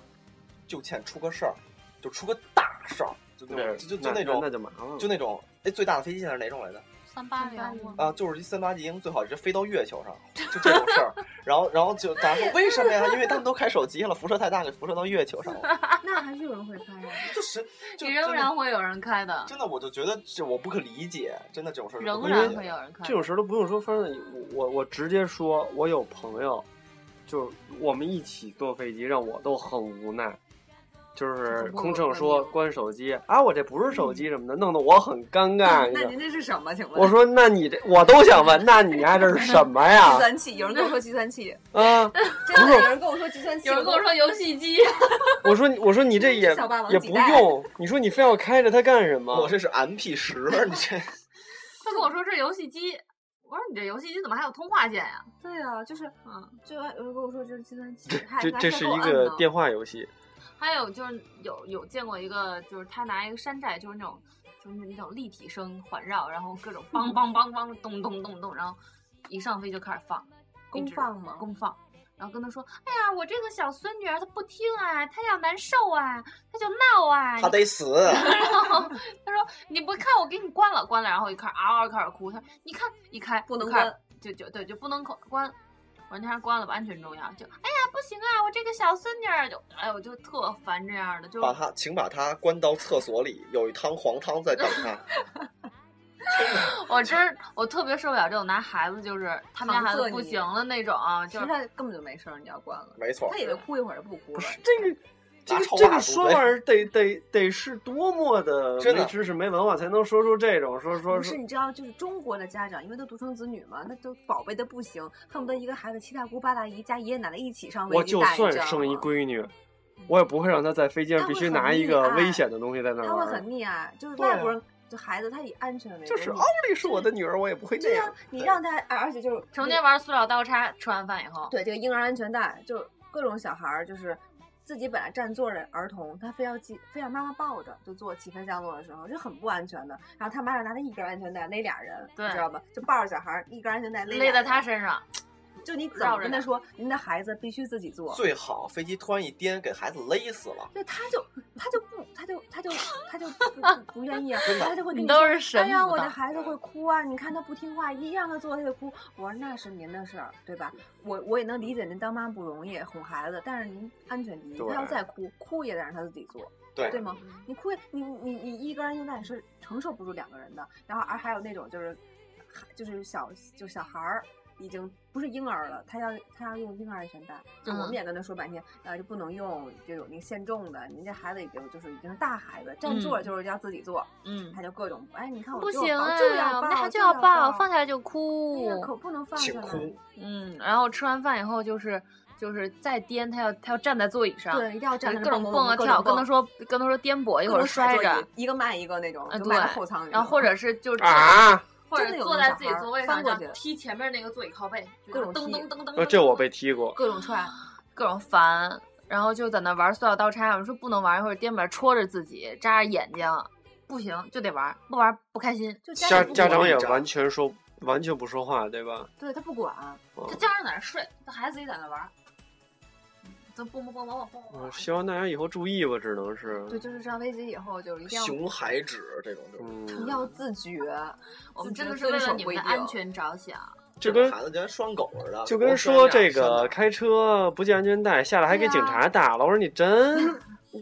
S5: 就欠出个事儿，就出个大事儿，就那种就就就
S4: 那
S5: 那种
S4: 就麻烦了。
S5: 就那种哎，最大的飞机现在是哪种来着？
S3: 三八
S6: 三八
S3: 零
S6: 零
S5: 啊，就是一三八级英最好直接飞到月球上，就这种事儿。然后然后就咱说为什么呀？因为他们都开手机了，辐射太大，给辐射到月球上 了。
S6: 那还是有人会
S1: 啊
S6: 拍呀。
S5: 就是就
S3: 你
S5: 真的
S3: 仍然会有人开的，
S5: 真的，我就觉得这我不可理解，真的这种事儿是不
S3: 仍
S5: 可
S3: 然
S5: 理解
S3: 会有人开。
S4: 这种事儿都不用说，反正我我我直接说，我有朋友，就是我们一起坐飞机，让我都很无奈。就是空乘说关手机啊，我这不是手机什么的，弄得我很尴啊尬。你
S6: 嗯那
S4: 知道
S6: 您这是什么？请问？
S4: 我说，那你这我都想问，那你爱这是什么呀
S6: 计？算器，有人跟我说计算器，
S4: 啊，
S6: 真的有人跟我说计算器，
S3: 有人跟我说游戏机，
S4: 我说你我说你这也
S6: 小霸王
S4: 也
S6: 几
S4: 不
S6: 代
S4: 用，你说你非要开着它干什么？
S5: 我这是 M P 十，你 这
S3: 他跟我说这游戏机，我说你这游戏机怎么还有通话键呀、
S6: 对啊，就是
S3: 嗯，
S6: 就有人跟我说就是计算器，还
S4: 这
S6: 还
S4: 这
S6: 还
S4: 是
S6: 给我
S4: 一
S6: 摁
S4: 个
S6: 呢
S4: 电话游戏，
S3: 还有就是有有见过一个，就是他拿一个山寨，就是那种就是那种立体声环绕，然后各种梆梆梆梆咚咚咚咚，然后一上飞就开始放，
S6: 公
S3: 一直
S6: 放吗
S3: 公放。然后跟他说：“哎呀，我这个小孙女儿她不听啊，她要难受啊，她就闹啊。
S5: 他
S3: 你
S5: 得死。
S3: 然后 他说：“你不看我给你关了，关了。”然后一看，嗷嗷开始哭。他说：“你看，一开
S6: 不能
S3: 一开
S6: 关，
S3: 就就对，就不能关关。”我说：“你还是关了吧，安全重要。”就哎呀，不行啊，我这个小孙女儿就哎，我就特烦这样的，就
S5: 把他，请把他关到厕所里，有一汤黄汤在等他。
S3: 我真儿我特别受不了这种拿孩子就是他们家孩子不行了那种啊，
S6: 其
S3: 就
S6: 实
S3: 是
S6: 他根本就没事儿，你要关了，
S5: 没错
S6: 他，以为哭一会儿就不哭了。
S4: 这个哎这
S5: 拿
S4: 个
S5: 臭
S4: 这
S5: 袜
S4: 个
S5: 子
S4: 说
S5: 呗
S4: 法儿得得得是多么的
S5: 真的
S4: 没知识没文化才能说出这种说说
S6: 不是，
S4: 说。
S6: 你知道，就是中国的家长，因为都独生子女嘛，那都宝贝的不行，恨不得一个孩子七大姑八大姨加爷爷奶奶一起上
S4: 我
S6: 飞机
S4: 就
S6: 带，
S4: 算生一闺女，我也不会让她在飞机上
S6: 她
S4: 必
S6: 会
S4: 须
S6: 嗯很
S4: 拿一
S6: 溺
S4: 个
S6: 爱
S4: 危险的东西在那
S6: 他
S4: 儿
S6: 会
S4: 玩
S6: 很
S4: 儿。
S6: 溺爱，就是
S5: 对啊
S6: 外国人，就孩子他以安全为主，
S4: 就是
S6: 你
S4: 奥利是我的女儿，我也不会那
S6: 对
S4: 样
S6: 啊。，你
S5: 对
S6: 让他，而而且就是
S3: 成天玩塑料刀叉，吃完饭以后，
S6: 对这个婴儿安全带，就各种小孩儿就是。自己本来占座的儿童，他非要系，非要妈妈抱着，就坐起飞降落的时候，就很不安全的。然后他妈就拿着一根安全带勒俩人，你
S3: 对
S6: 知道吧？就抱着小孩儿一根安全带勒
S3: 勒
S6: 俩
S3: 在
S6: 人
S3: 他身上，
S6: 就你怎
S3: 绕
S6: 么
S3: 着
S6: 跟他
S3: 打
S6: 说，您的孩子必须自己做，
S5: 最好飞机突然一颠，给孩子勒死了。
S6: 对，他就他就不，他就他就他就不 不不愿意啊，他就会跟
S3: 你
S6: 你
S3: 都
S6: 说。
S3: 是
S6: 哎
S3: 神
S6: 呀，
S3: 母
S6: 我
S3: 的
S6: 的。孩子会哭啊！你看他不听话，一让他做他就哭。我说那是您的事儿，对吧？我我也能理解您当妈不容易，哄孩子，但是您安全第一。
S4: 对
S6: 他要再哭，哭也得让他自己做，
S5: 对
S6: 对吗？你哭，你你你一个人现在是承受不住两个人的。然后而还有那种就是，就是小就小孩儿已经不是婴儿了，他要他要用婴儿安全带，就我们
S3: 嗯
S6: 也跟他说半天，呃，就不能用，就有那个限重的。您这孩子已经就是已经是大孩子，占座
S3: 嗯
S6: 就是要自己坐，
S3: 嗯，
S6: 他就各种哎，你看我
S3: 不
S6: 就
S3: 行
S6: 要抱
S3: 啊，
S6: 就要
S3: 我们家就要
S6: 抱，就
S3: 抱，
S6: 抱，
S3: 放下来就
S6: 哎
S3: 哭
S6: 呀。可不能放
S5: 请
S6: 下来
S5: 哭
S3: 嗯，然后吃完饭以后就是就是再颠，他要他要站在座椅
S4: 啊
S3: 上，
S6: 对，一定要站在
S3: 各种蹦啊跳，跟他说跟他说颠簸，一
S6: 一
S3: 会儿摔着，，
S6: 一个迈一个那种，
S3: 嗯
S6: 就迈到
S3: 对
S6: 后舱那种，
S3: 然后或者是就是
S4: 啊！
S3: 或者
S6: 真的有
S3: 坐
S6: 那
S3: 在
S6: 种小
S3: 自己
S6: 孩儿
S3: 座位
S6: 翻
S3: 上，
S6: 过
S3: 然后
S6: 去
S3: 踢前面那个座椅靠背，就
S6: 各种
S3: 噔
S6: 踢
S3: 噔噔噔
S4: 呃
S3: 噔，
S4: 这我被踢过，
S6: 各种踹，
S3: 各种烦，然后就在那玩塑料刀叉，我说不能玩，一会儿颠簸戳着自己，扎着眼睛，不行就得玩，不玩不开心。
S6: 就
S4: 家
S6: 不
S4: 家
S6: 管
S4: 长也
S5: 你这
S4: 完全说完全不说话，对吧？
S6: 对他不管，
S3: 他家长在那睡，他孩子自己在那玩，就蹦蹦蹦蹦蹦蹦
S4: 我
S3: 蹦。
S4: 嗯希望大家以后注意吧，只能是，
S6: 对，就是上飞机以后就是一定要
S5: 熊孩子这种就是，
S6: 一定
S4: 嗯，
S6: 要自觉，
S3: 我们
S6: 自
S3: 真
S6: 觉
S3: 的是为
S6: 遵
S3: 了
S6: 守
S3: 你们
S6: 规
S3: 的
S6: 定
S3: 安。全着想，
S4: 就
S5: 这
S4: 跟
S5: 种孩子就跟拴狗似的，
S4: 就
S5: 我
S4: 跟
S5: 拴
S4: 说
S5: 哪儿
S4: 这
S5: 拴哪
S4: 个
S5: 儿
S4: 开车不系安全带，下来还
S3: 对
S4: 给
S3: 啊
S4: 警察打了，我说你 真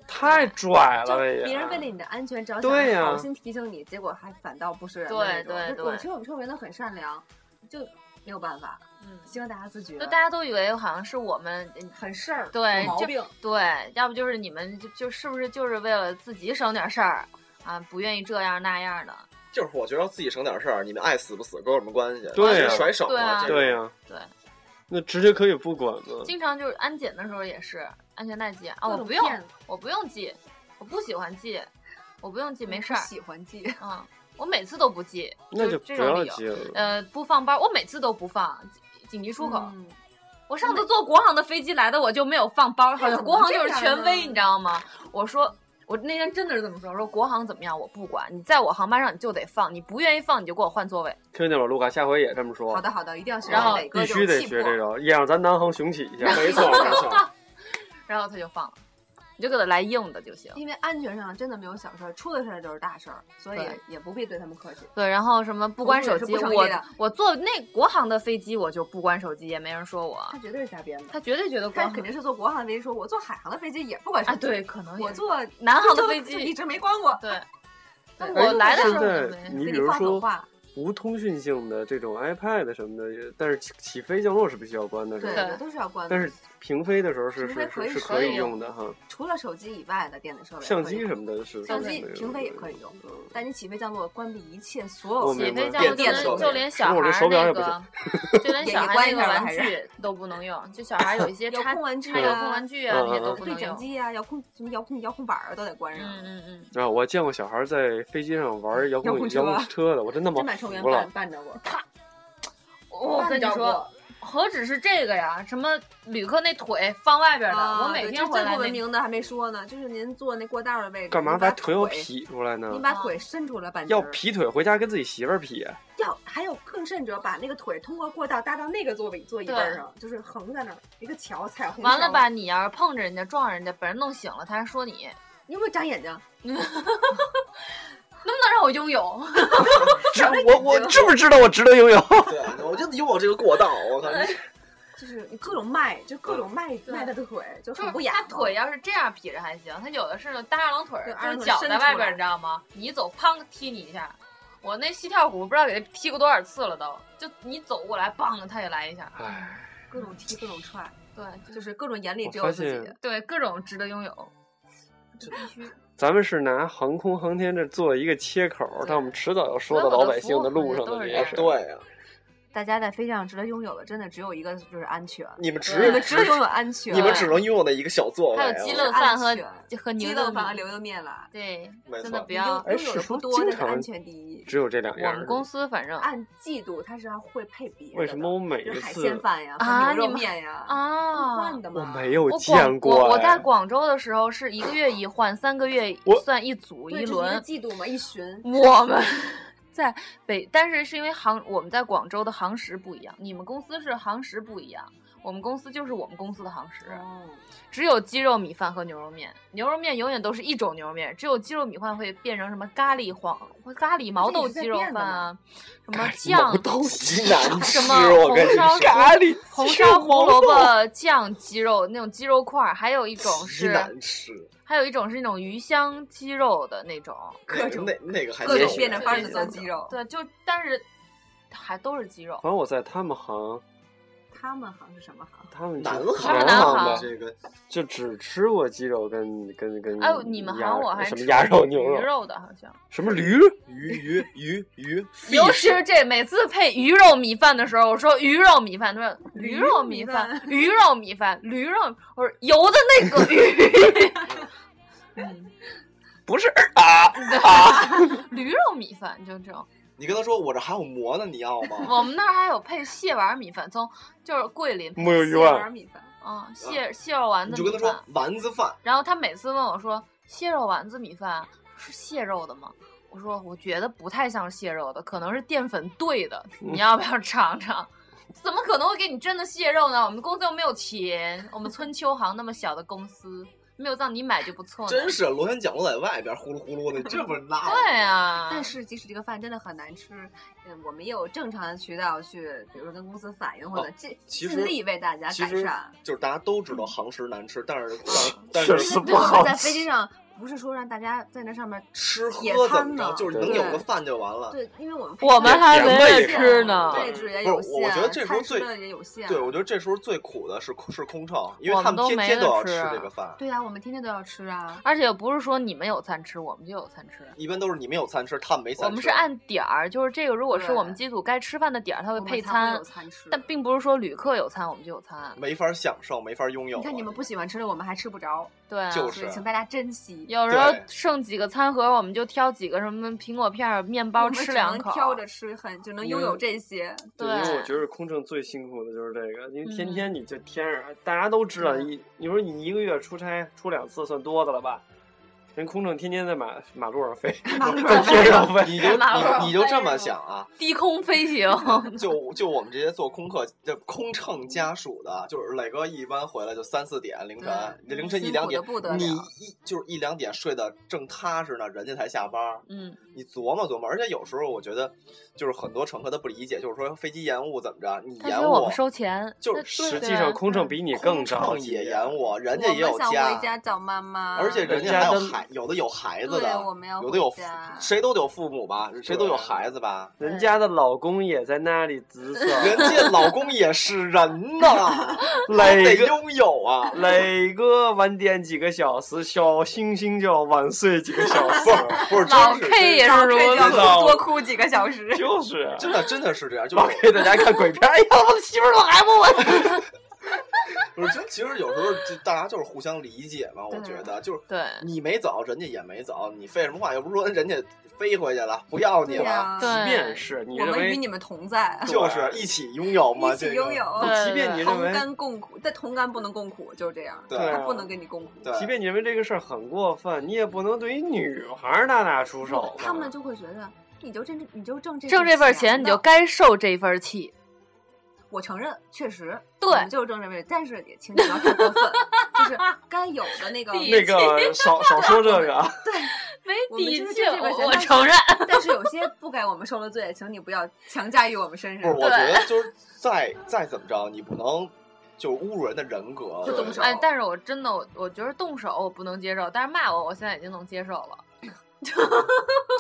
S4: 太拽
S6: 就
S4: 了，这也
S6: 别人为了你的安全着想，
S4: 啊对呀
S6: 好心提醒你，结果还反倒不是人的那种。
S3: 对对
S6: 就
S3: 对
S6: 我其实我们车员都很善良，就没有办法，
S3: 嗯，
S6: 希望大家自觉。
S3: 就大家都以为好像是我们
S6: 很事儿，
S3: 对
S6: 有毛
S3: 就
S6: 病，
S3: 对，要不就是你们就就是不是就是为了自己省点事儿啊，不愿意这样那样的，
S5: 就是我觉得自己省点事儿，你们爱死不死跟我有什么关系？
S4: 对呀
S5: 甩手
S3: 对啊
S5: 这种
S4: 对呀，
S3: 对，
S4: 那直接可以不管吗？
S3: 经常就是安检的时候也是安全带系啊，
S6: 各
S3: 我
S6: 种
S3: 不用
S6: 骗子
S3: 我不用系，我不喜欢系，我不用系没事
S6: 不
S3: 儿，
S6: 喜欢 记。
S3: 嗯，我每次都不系，
S4: 那
S3: 就
S4: 不
S3: 这种
S4: 要
S3: 理由，
S4: 接了。
S3: 呃，不放包，我每次都不放。紧急出口，
S6: 嗯
S3: 我上次坐国航的飞机来的，我就没有放包，好
S6: 哎
S3: 像
S6: 怎么
S3: 国航
S6: 这
S3: 就是
S6: 样
S3: 权威，
S6: 呢
S3: 你知道吗？我说我那天真的是这么说，我说国航怎么样我不管，你在我航班上你就得放，你不愿意放你就给我换座位。
S4: 听见了，卢卡，下回也这么说啊
S6: 好。的好的，一定要学
S3: 然后
S6: 习磊哥
S4: 必
S6: 这
S4: 须
S6: 种
S4: 得
S6: 气
S4: 学
S6: 魄
S4: 这种，也让咱南航雄起一下。
S5: 没错没错，
S3: 然后他就放了，你就给他来硬的就行。
S6: 因为安全上真的没有小事儿，出了事儿就是大事儿，所以
S3: 对
S6: 也不必对他们客气。
S3: 对，然后什么不关手机，
S6: 我们也是不
S3: 我
S6: 成立的
S3: 我坐那国航的飞机我就不关手机，也没人说我
S6: 他。绝对是瞎编的，
S3: 他绝对觉得国
S6: 他
S3: 航
S6: 肯定是坐国航的飞机，说我坐海航的飞机也不管手
S3: 啊，
S6: 机
S3: 对，，可能也
S6: 我
S3: 是
S6: 坐
S3: 南航的
S6: 就
S3: 飞
S6: 就一
S3: 机，
S6: 直没关过。
S3: 对，
S6: 对
S3: 我
S4: 哎
S3: 来的时候
S4: 现
S3: 就
S4: 在
S3: 没
S4: 你
S6: 给
S4: 比
S6: 你
S4: 如
S6: 放狠
S4: 说
S6: 话，
S4: 无通讯性的这种 iPad 什么的，也但是起起飞降落是必须要关的，是
S6: 对，
S4: 吧？
S6: 我都是要关的。
S4: 但是平飞的时候是
S6: 平飞
S4: 是
S6: 可以
S4: 是是
S6: 使
S4: 可以
S3: 用
S4: 用的哈，
S6: 除了手机以外的电子设备，
S4: 相机
S6: 可以
S4: 什么的是
S6: 相
S4: 是没
S6: 机
S4: 有嗯
S6: 平飞也可以用，但你起飞降落关闭一切所
S4: 我
S6: 有
S4: 明
S3: 起
S4: 白
S3: 飞
S4: 电
S3: 降落
S5: 子
S3: 就
S5: 手
S3: 连
S5: 表
S3: 就连小孩儿
S4: 我这手表
S3: 那
S4: 也不
S3: 个，就连小
S6: 眼睛
S3: 孩
S6: 关
S3: 那个
S6: 上了
S3: 玩
S6: 还是
S3: 具都不能用，就小孩有一些
S6: 遥
S3: 插
S6: 控玩具
S3: 插遥
S6: 啊
S3: 控玩具啊
S4: 嗯
S3: 那些
S4: 嗯
S3: 都
S4: 嗯
S3: 不
S6: 对
S3: 能
S6: 讲
S3: 用。
S6: 机啊、遥控什么遥控遥控板儿啊都得关上。
S3: 嗯嗯嗯，
S4: 然后我见过小孩在飞机上玩遥
S6: 遥控
S4: 控
S6: 车
S4: 遥控车的，我真他妈
S6: 真把乘员
S4: 服了
S6: 绊。绊着过，
S3: 我我跟你
S6: 绊着
S3: 说，
S6: 哦过，
S3: 何止是这个呀？什么旅客那腿放外边的，
S6: 啊
S3: 我每
S6: 对
S3: 天
S6: 这
S3: 回
S6: 最
S3: 来
S6: 不文
S3: 那
S6: 明的还没说呢，就是您坐那过道的位置，
S4: 干嘛
S6: 您
S4: 把
S6: 把
S4: 腿要？劈出来
S6: 您
S4: 呢？
S6: 把
S3: 啊
S6: 腿伸出来半截
S4: 要
S6: 儿，
S4: 劈腿回家跟自己媳妇儿劈，
S6: 要还有更甚者，把那个腿通过过道搭到那个座位座椅背儿上，就是横在那儿一个桥，彩虹。
S3: 完了？吧，你要是碰着人家撞着人家，把人弄醒了，他还说你
S6: 你有没有长眼睛？
S3: 能不能让我拥有？
S4: 知我我知不知道我值得拥有？
S5: 对，啊我就有我这个过道，我靠，
S6: 就是各种迈，就各种迈
S3: 对
S6: 迈他的腿，就
S3: 就是
S6: 很不雅
S3: 他
S6: 嘛。
S3: 腿要是这样劈着还行，他有的是那搭二郎腿儿
S6: 对，
S3: 就
S6: 二郎
S3: 是
S6: 腿
S3: 脚
S6: 伸
S3: 在外
S6: 出
S3: 边儿，
S6: 来
S3: 你知道吗？你一走，砰踢你一下。我那膝跳骨不知道给他踢过多少次了都，就你走过来，梆，他也来一下。
S4: 唉，
S6: 各种踢，各种踹，
S3: 对，就
S6: 就是是各种眼里
S4: 我
S6: 只
S4: 发
S6: 有自己
S4: 现。
S3: 对各种值得拥有。
S4: 咱们是拿航空航天这做一个切口，但我们迟早要说到老百姓的路上的这些事儿。
S5: 对啊呀，
S6: 大家在飞机上值得拥有的，真的只有一个，就是安全。
S5: 你们只
S3: 对
S6: 你们只有拥有安全，
S5: 你们只能拥有的一个小座位，啊
S3: 还有鸡
S5: 我
S3: 肋饭和
S6: 安全
S3: 和牛
S6: 鸡
S3: 肉
S6: 肉饭和
S3: 米
S6: 牛肉面了。
S3: 对，
S5: 没
S3: 真的
S5: 错
S3: 不要。
S4: 哎
S6: 拥有
S4: 是
S6: 的
S4: 说
S6: 不多，
S4: 经
S6: 但是
S4: 常
S6: 安全第一。
S4: 只有这两
S3: 我
S4: 样。
S3: 们公司反正
S6: 按季度它是要会配别的，
S4: 为什么我每
S6: 就
S4: 一
S6: 是海鲜
S4: 次
S6: 饭呀、
S3: 啊
S6: 和牛
S3: 你
S6: 肉
S3: 们
S6: 面呀，
S3: 啊
S6: 换，的
S4: 我
S6: 吗？
S4: 没有
S3: 我
S4: 见
S3: 广
S4: 过
S3: 我
S4: 哎？
S3: 我在广州的时候是一个月一换，三个月
S4: 我
S3: 算一组
S6: 对
S3: 一
S6: 这是
S3: 轮嗯
S6: 个。季度嘛，一巡。
S3: 我们 在北，但是是因为航我们在广州的航时不一样，你们公司是航时不一样，我们公司就是我们公司的航时，
S6: 哦，
S3: 只有鸡肉米饭和牛肉面，牛肉面永远都是一种牛肉面，只有鸡肉米饭会变成什么咖喱黄咖喱毛豆鸡肉饭啊，什
S5: 哎
S3: 么酱
S4: 毛豆
S5: 极难吃
S3: 什么，
S5: 我跟你
S3: 红烧
S5: 说，
S4: 咖喱
S3: 红烧胡萝卜酱鸡肉那种鸡肉块儿，还有一种
S5: 极
S3: 是
S5: 难 吃，
S3: 还有一种是那种鱼香鸡肉的那种，
S5: 那个那那个还
S6: 各
S5: 哎也
S6: 种
S5: 许
S6: 变着法儿的
S3: 对
S6: 做鸡肉，
S3: 对，就但是还都是鸡肉
S4: 反。正我在他们行，
S6: 他们好像是什么行？
S4: 他们
S5: 南
S3: 他
S5: 航
S3: 们南航
S5: 的这个
S4: 就只吃过鸡肉跟跟跟
S3: 哎，你们
S4: 嗯鸭
S3: 喊我还
S4: 什么
S3: 吃
S4: 鸭肉、
S3: 过
S4: 牛
S3: 鱼
S4: 肉、
S3: 肉的，好像。
S4: 什么驴，
S5: 鱼鱼鱼鱼，
S3: 尤其是这每次配鱼肉米饭的时候，我说鱼肉米饭，他说
S6: 驴
S3: 驴
S6: 肉
S3: 肉
S6: 米
S3: 米
S6: 饭
S3: 饭，驴肉米饭，驴肉，我说油的那个鱼，
S4: 嗯 不是啊？
S3: 驴肉米饭就这种。
S5: 你跟他说我这还有馍呢，你要吗？
S3: 我们那儿还有配蟹丸米饭，从就是桂林配
S4: 木有
S3: 蟹
S4: 鱼丸，
S6: 米饭，
S3: 啊蟹蟹肉丸
S5: 你
S3: 子
S5: 就跟
S3: 米
S5: 他说
S3: 饭。
S5: 丸子饭，
S3: 然后他每次问我说蟹肉丸子米饭是蟹肉的吗？我说我觉得不太像蟹肉的，可能是淀粉兑的，你要不要尝尝？怎么可能会给你真的蟹肉呢？我们公司又没有钱，我们春秋行那么小的公司，没有让你买就不错了。
S5: 真是螺旋桨落在外边，呼噜呼噜的，这不是那？
S3: 对啊，
S6: 但是即使这个饭真的很难吃，嗯，我们也有正常的渠道去，比如说跟公司反映或者尽
S5: 其
S6: 尽
S5: 实
S6: 力为大家
S5: 其
S6: 改
S5: 实
S6: 善。
S5: 就是大家都知道航食难吃，但 是但是但
S4: 确
S5: 是
S4: 实不
S6: 对我们
S4: 好
S6: 在
S4: 吃
S6: 飞。机上不是说让大家在那上面，
S5: 吃
S6: 野
S5: 喝怎
S6: 餐
S5: 么
S6: 呢
S5: 着，就是能
S4: 对
S5: 有个饭就完了。
S6: 对，因为我们
S3: 我们还
S4: 也
S3: 围着
S4: 也没
S3: 吃呢。
S6: 位置也
S5: 不是
S6: 有
S5: 我
S6: 限，
S5: 觉得这时候
S6: 餐吃
S5: 最
S6: 的也有限。
S5: 对，我觉得这时候最苦的是是空乘，因
S3: 我们
S5: 为他们
S3: 都
S5: 天
S3: 没
S5: 天
S3: 得
S5: 都要
S3: 吃
S5: 吃
S3: 啊
S5: 这个饭，
S6: 对呀、我们天天都要吃啊。
S3: 而且也不是说你们有餐吃，我们就有餐吃。
S5: 一般都是你们有餐吃，他们没餐吃。
S3: 我们是按点儿，就是这个，如果是
S6: 对
S3: 我们机组该吃饭的点儿，它会
S6: 我们
S3: 配
S6: 才
S3: 餐
S6: 会有餐吃。
S3: 但并不是说旅客有餐我们就有餐，
S5: 没法享受，没法拥有啊。
S6: 你看 你们不喜欢吃的，我们还吃不着，
S3: 对、啊，
S5: 就
S6: 所以
S5: 是
S6: 请大家珍惜。
S3: 有时候
S5: 对
S3: 剩几个餐盒，我们就挑几个什么苹果片儿、面包
S6: 我们
S3: 吃
S6: 只
S3: 两
S6: 能
S3: 口，
S6: 挑着吃，很就能拥
S5: 嗯
S6: 有这些。
S4: 对，
S3: 对
S4: 因为我觉得空乘最辛苦的就是这个，因为天
S3: 嗯
S4: 天你就天上，大家都知道，
S6: 嗯
S4: 一你说你一个月出差出两次算多的了吧？人空乘天天在马马路上飞， 在天上
S5: 你
S4: 飞，
S5: 就
S3: 马路
S5: 你你就
S3: 上
S5: 这
S3: 飞
S5: 么
S3: 是吗
S5: 想啊？
S3: 低空飞 行。
S5: 就就我们这些做空客、这空乘家属的，就是磊哥一般回来就三四点凌晨，你
S6: 对
S5: 凌晨一
S6: 辛
S5: 两
S6: 苦
S5: 点
S6: 得不得，了
S5: 你一就是一两点睡得正踏实呢，人家才下班儿。
S3: 嗯，
S5: 你琢磨琢磨，而且有时候我觉得，就是很多乘客他不理解，就是说飞机延误怎么着，你
S3: 他
S5: 延
S3: 觉得
S5: 误
S3: 我们收钱，
S5: 就是
S3: 那
S4: 实际
S3: 对
S4: 上空乘比你更
S5: 空乘
S4: 着急，啊
S5: 也延误，人家
S6: 我
S5: 也有
S6: 们想回家找妈妈，
S5: 而且人
S4: 人
S5: 家
S4: 家
S5: 还有
S4: 都
S5: 孩，有的有孩子
S6: 对
S5: 的，
S6: 我们要
S5: 有的有
S6: 回家
S5: 谁都得有父母吧，谁都有孩子吧，
S4: 人家的老公也在那 里姿色，
S5: 人家老公也是人 呐，得
S4: 磊哥
S5: 拥有啊。
S4: 磊哥晚点几个小时，小星星就要晚睡几个小时
S5: 不，是不是，
S3: 老
S5: 真是
S3: K 也是如
S6: 要
S3: 此。
S4: 道
S6: 多哭几个小时。
S4: 就是啊
S5: 真的真的是这样，就
S4: 老
S5: 是
S4: 给大家看鬼片 儿，哎呀，我的媳妇儿怎么还不稳？
S5: 不是真，其实有时候就大家就是互相理解嘛，我觉得就是
S3: 对
S5: 你没走，人家也没走，你废什么话？又不是说人家飞回去了，不要你
S6: 对
S5: 了，
S6: 啊呀、
S3: 对
S4: 即便是你
S6: 我
S4: 认
S6: 们与
S4: 为
S6: 你，们同在，
S5: 就是一起拥有嘛，
S6: 一起
S5: 这个
S6: 拥有，
S3: 对
S4: 即便你认
S6: 同
S4: 为，
S6: 甘共苦。但同甘不能共苦，就是这样，
S5: 对
S4: 啊
S6: 他不能跟你共苦。
S5: 对
S4: 即便你认为这个事儿很过分，你也不能对于女孩儿大打出手吧。
S6: 他们就会觉得，你就挣这，你就挣这
S3: 挣这份钱，你就
S6: 呢
S3: 该受这份气。
S6: 我承认，确实，
S3: 对
S6: 我们就是挣这份，但是也请你不要 太过分，就是该有的那个。
S4: 那个少 少说这个啊，
S3: 没
S6: 我们
S3: 底
S6: 就是
S3: 气，
S6: 挣这份钱
S3: 我我
S6: 但是
S3: 承认。
S6: 但是有些不该我们受的罪，请你不要强加于我们身
S3: 嗯
S5: 不是，我觉
S6: 上。
S5: 得就是再再怎么着，你不能就是侮辱人的人格，
S6: 就动手
S3: 哎，但是我真的，我我觉得动手我不能接受，但是骂我，我现在已经能接受了。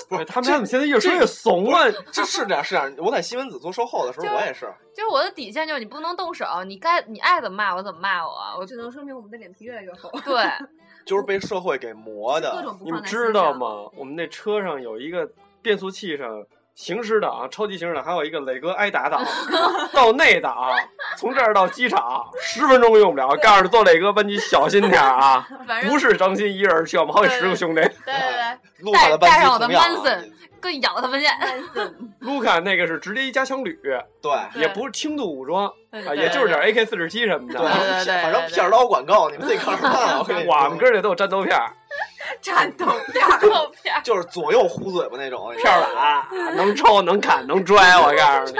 S5: 不是
S4: 他们
S5: 这
S4: 他们现在越说越怂了。
S5: 这是这样是这样。我在新闻组做售后的时候，我也是，
S3: 就是我的底线就是你不能动手，你该你爱怎么骂我怎么骂我，我
S6: 只能说明我们的脸皮越来越厚，
S3: 对，
S5: 就是被社会给磨
S6: 各
S5: 的。
S6: 种不
S4: 你
S6: 放
S4: 们
S6: 在心上。
S4: 知道？吗？我们那车上有一个变速器上行驶档、超级行驶档，还有一个磊哥挨打 档到内档，从这儿到机场十分钟用不了。告诉坐磊哥班机小心点儿啊，
S3: 反正
S4: 不是张鑫一人去，我们好几十个兄弟。
S3: 对 对
S5: 路上的班
S3: 带带上
S5: 级
S3: 我的
S5: 同样啊
S3: Manson 对，更咬他们去。
S4: 卢卡那个是直接一加强旅，
S5: 对
S3: 对
S4: 也不是轻度武装
S3: 对
S4: 啊，
S3: 对
S4: 也就是点 AK 四十七什么
S5: 对
S4: 的。
S3: 对对
S5: 反正片儿捞广告，你们自己看着啊办。我跟你 说，
S4: 我们哥儿里都有战斗片儿，
S6: 战斗片儿，
S3: 照片儿
S5: 就是左右糊嘴巴那种，你知
S4: 片
S5: 道
S4: 儿
S5: 吧
S4: 打，能抽能砍能拽，我告诉你。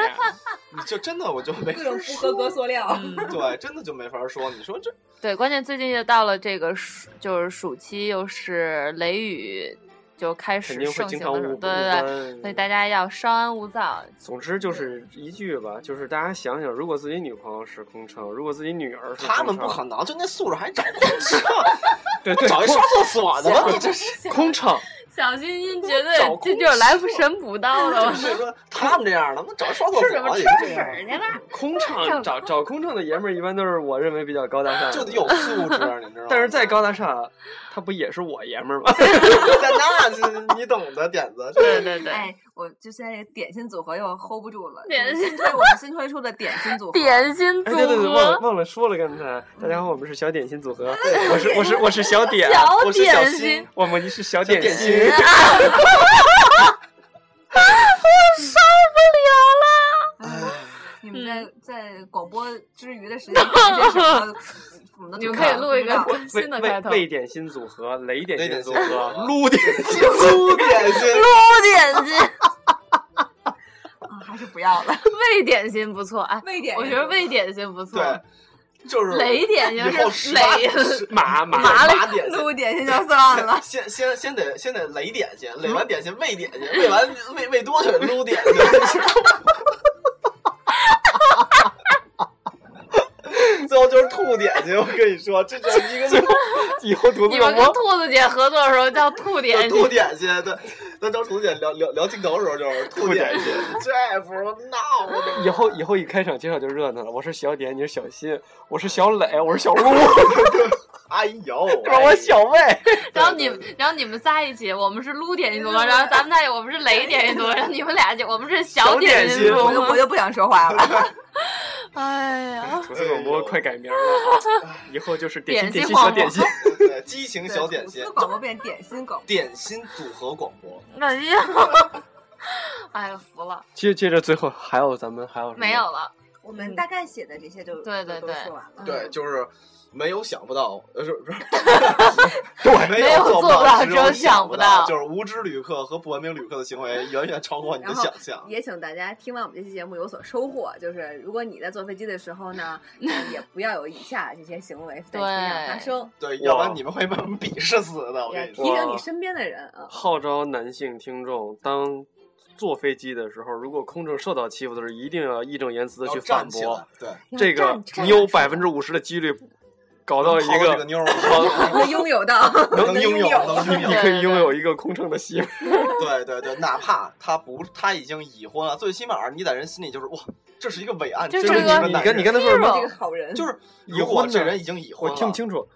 S5: 你就真的我就没
S6: 各种不合格塑料。
S3: 嗯
S5: 对，真的就没法说。你说这
S3: 对，关键最近又到了这个暑，就是暑期，又是雷雨就开
S4: 肯
S3: 始
S4: 定会
S3: 盛
S4: 经
S3: 行
S4: 常
S3: 的时候，
S4: 误
S3: 对对对，
S4: 对
S3: 所以大家要稍安勿躁。
S4: 总之就是一句吧，就是大家想想，如果自己女朋友是空乘，如果自己女儿是空乘
S5: 他们不可
S3: 啊
S5: 能，就那素质还找空乘，
S4: 对对
S5: 找一上厕所的吧？你这是
S4: 空空乘，
S3: 小心心绝对
S5: 找空
S3: 这就是来福神补刀的，
S5: 所以说他们这样的，我找刷厕
S3: 吃
S5: 所
S3: 什么
S5: 啊
S3: 吃
S5: 也是这
S3: 水
S5: 样
S3: 儿 去了？
S4: 空唱找找空唱的爷们儿，一般都是我认为比较高大上
S5: 的，就
S4: 的
S5: 得。有素质，啊你知道吗？
S4: 但是再高大上，他不也是我爷们儿吗？
S5: 在那是你懂的点子，
S3: 对对对，
S6: 哎，我就现在点心组合又 hold 不住了。
S3: 点
S6: 就是
S3: 心
S6: 新推我们新推出的点心组合，
S3: 点心
S4: 哎，
S3: 组
S4: 对对对，忘了
S3: 合，
S4: 忘了说了，刚才大家好，我们是小点心组合，我是我是我是小点，
S3: 小
S5: 我是小
S3: 点
S5: 新
S3: 心，
S4: 我们是小
S5: 这
S4: 点
S5: 点
S4: 心
S5: 心。
S3: 哎
S6: 你们
S3: 嗯
S6: 在在广播之余的时间干些什么？我们都
S3: 你们
S6: 不
S3: 可以
S6: 知道
S3: 录一
S4: 啊
S3: 个
S6: 不知道
S3: 新的开头。
S4: 未点心组合、雷点
S5: 雷
S4: 心
S5: 点
S4: 组
S5: 心组
S4: 合、
S5: 合
S4: 撸点心，
S5: 粗 点心，
S3: 点心，
S6: 啊还是不要了。
S3: 未点心不错，哎，
S6: 未点
S3: 我觉得未点心不错。
S5: 对，就是
S3: 雷点
S5: 以
S3: 心
S5: 后
S3: 是
S5: 十
S3: 雷
S5: 八，十
S4: 麻麻，
S5: 麻麻点心。
S6: 录点心就 算了。
S5: 先先先得先得雷点心，垒完点心喂点心，喂完喂喂多了撸点心， 最后就是吐点心。我跟你说，这就是一个字
S4: 以后读
S3: 你
S4: 字广
S3: 们跟
S4: 播。
S3: 兔子姐合作的时候叫兔点心
S5: 吐，点心。对，咱找吐点聊聊聊镜头的时候就是吐点心，这不闹的。
S4: 以后以后一开场介绍就热闹了，我是小点，你是小新，我是小磊，我是 小撸，
S5: 哎呦，
S4: 我是小魏，
S3: 然后你们，然后你们仨一起，我们是撸点心组合，然后咱们仨也我们是雷点 心组合，然后你们俩就我们是小点
S5: 小点
S3: 心
S5: 心
S3: 组
S6: 我就我
S3: 合。
S6: 就不想说话了。
S3: 哎呀，
S4: 吐字广播快改 名了，以后就是点心
S3: 点
S4: 点
S3: 心
S4: 心小
S3: 广播
S4: 点心。
S5: 对激情小点心
S6: 吐司，广播变点心广播。
S5: 点心组合广播。
S3: 哎呀，哎呀，服了，
S4: 接接着最后还有咱们还有什么
S3: 没有？了。
S6: 我们大概写的这些就
S3: 对对
S6: 都
S3: 对
S6: 说完了。嗯
S5: 对，就是没有想不到，呃，是 不是？
S4: 对
S5: 没
S3: 没有
S5: 做
S3: 做不到
S5: 只
S3: 只有
S5: 有
S3: 想不
S5: 不
S3: 到
S5: 就是无知旅客和不文明旅客的行为远远超过你的
S6: 然后
S5: 想象。
S6: 也请大家听完我们这期节目有所收获，就是如果你在坐飞机的时 候呢，呃也不要有以下这些行为在飞机上发生，
S5: 对，
S4: 哇
S5: 要不然你们会被我们鄙视死的。我跟
S6: 也
S5: 你
S6: 提
S5: 说，
S6: 醒你身边的人啊。
S4: 号召男性听众，当坐飞机的时候，如果空乘受到欺负的时候，一定要义正言辞的
S5: 要
S4: 去
S5: 站
S4: 反
S5: 起
S4: 驳
S5: 来。。对，
S4: 这
S6: 要
S4: 个
S6: 站起来
S4: 你有百分之五十的几率搞到一
S5: 薅这个
S4: 个，
S5: 妞儿，
S6: 能拥有到，
S5: 能拥
S6: 拥
S5: 有，能拥
S4: 你
S5: 有。
S4: 可以拥有一个空乘的媳妇。
S5: 对对对，哪怕他不，他已经已婚了，最起码你在人心里就是哇，这是一个伟岸，
S3: 这
S5: 真
S3: 是
S5: 正
S3: 一
S5: 一
S3: 个
S5: 个
S4: 你
S5: 男
S4: 跟
S5: 人
S4: 你跟他说什
S6: 这
S4: 么？
S6: 个好人，
S5: 就是
S4: 已
S5: 如
S4: 婚
S5: 果这
S4: 的
S5: 人已经已
S4: 我
S5: 婚了，
S4: 听不清楚，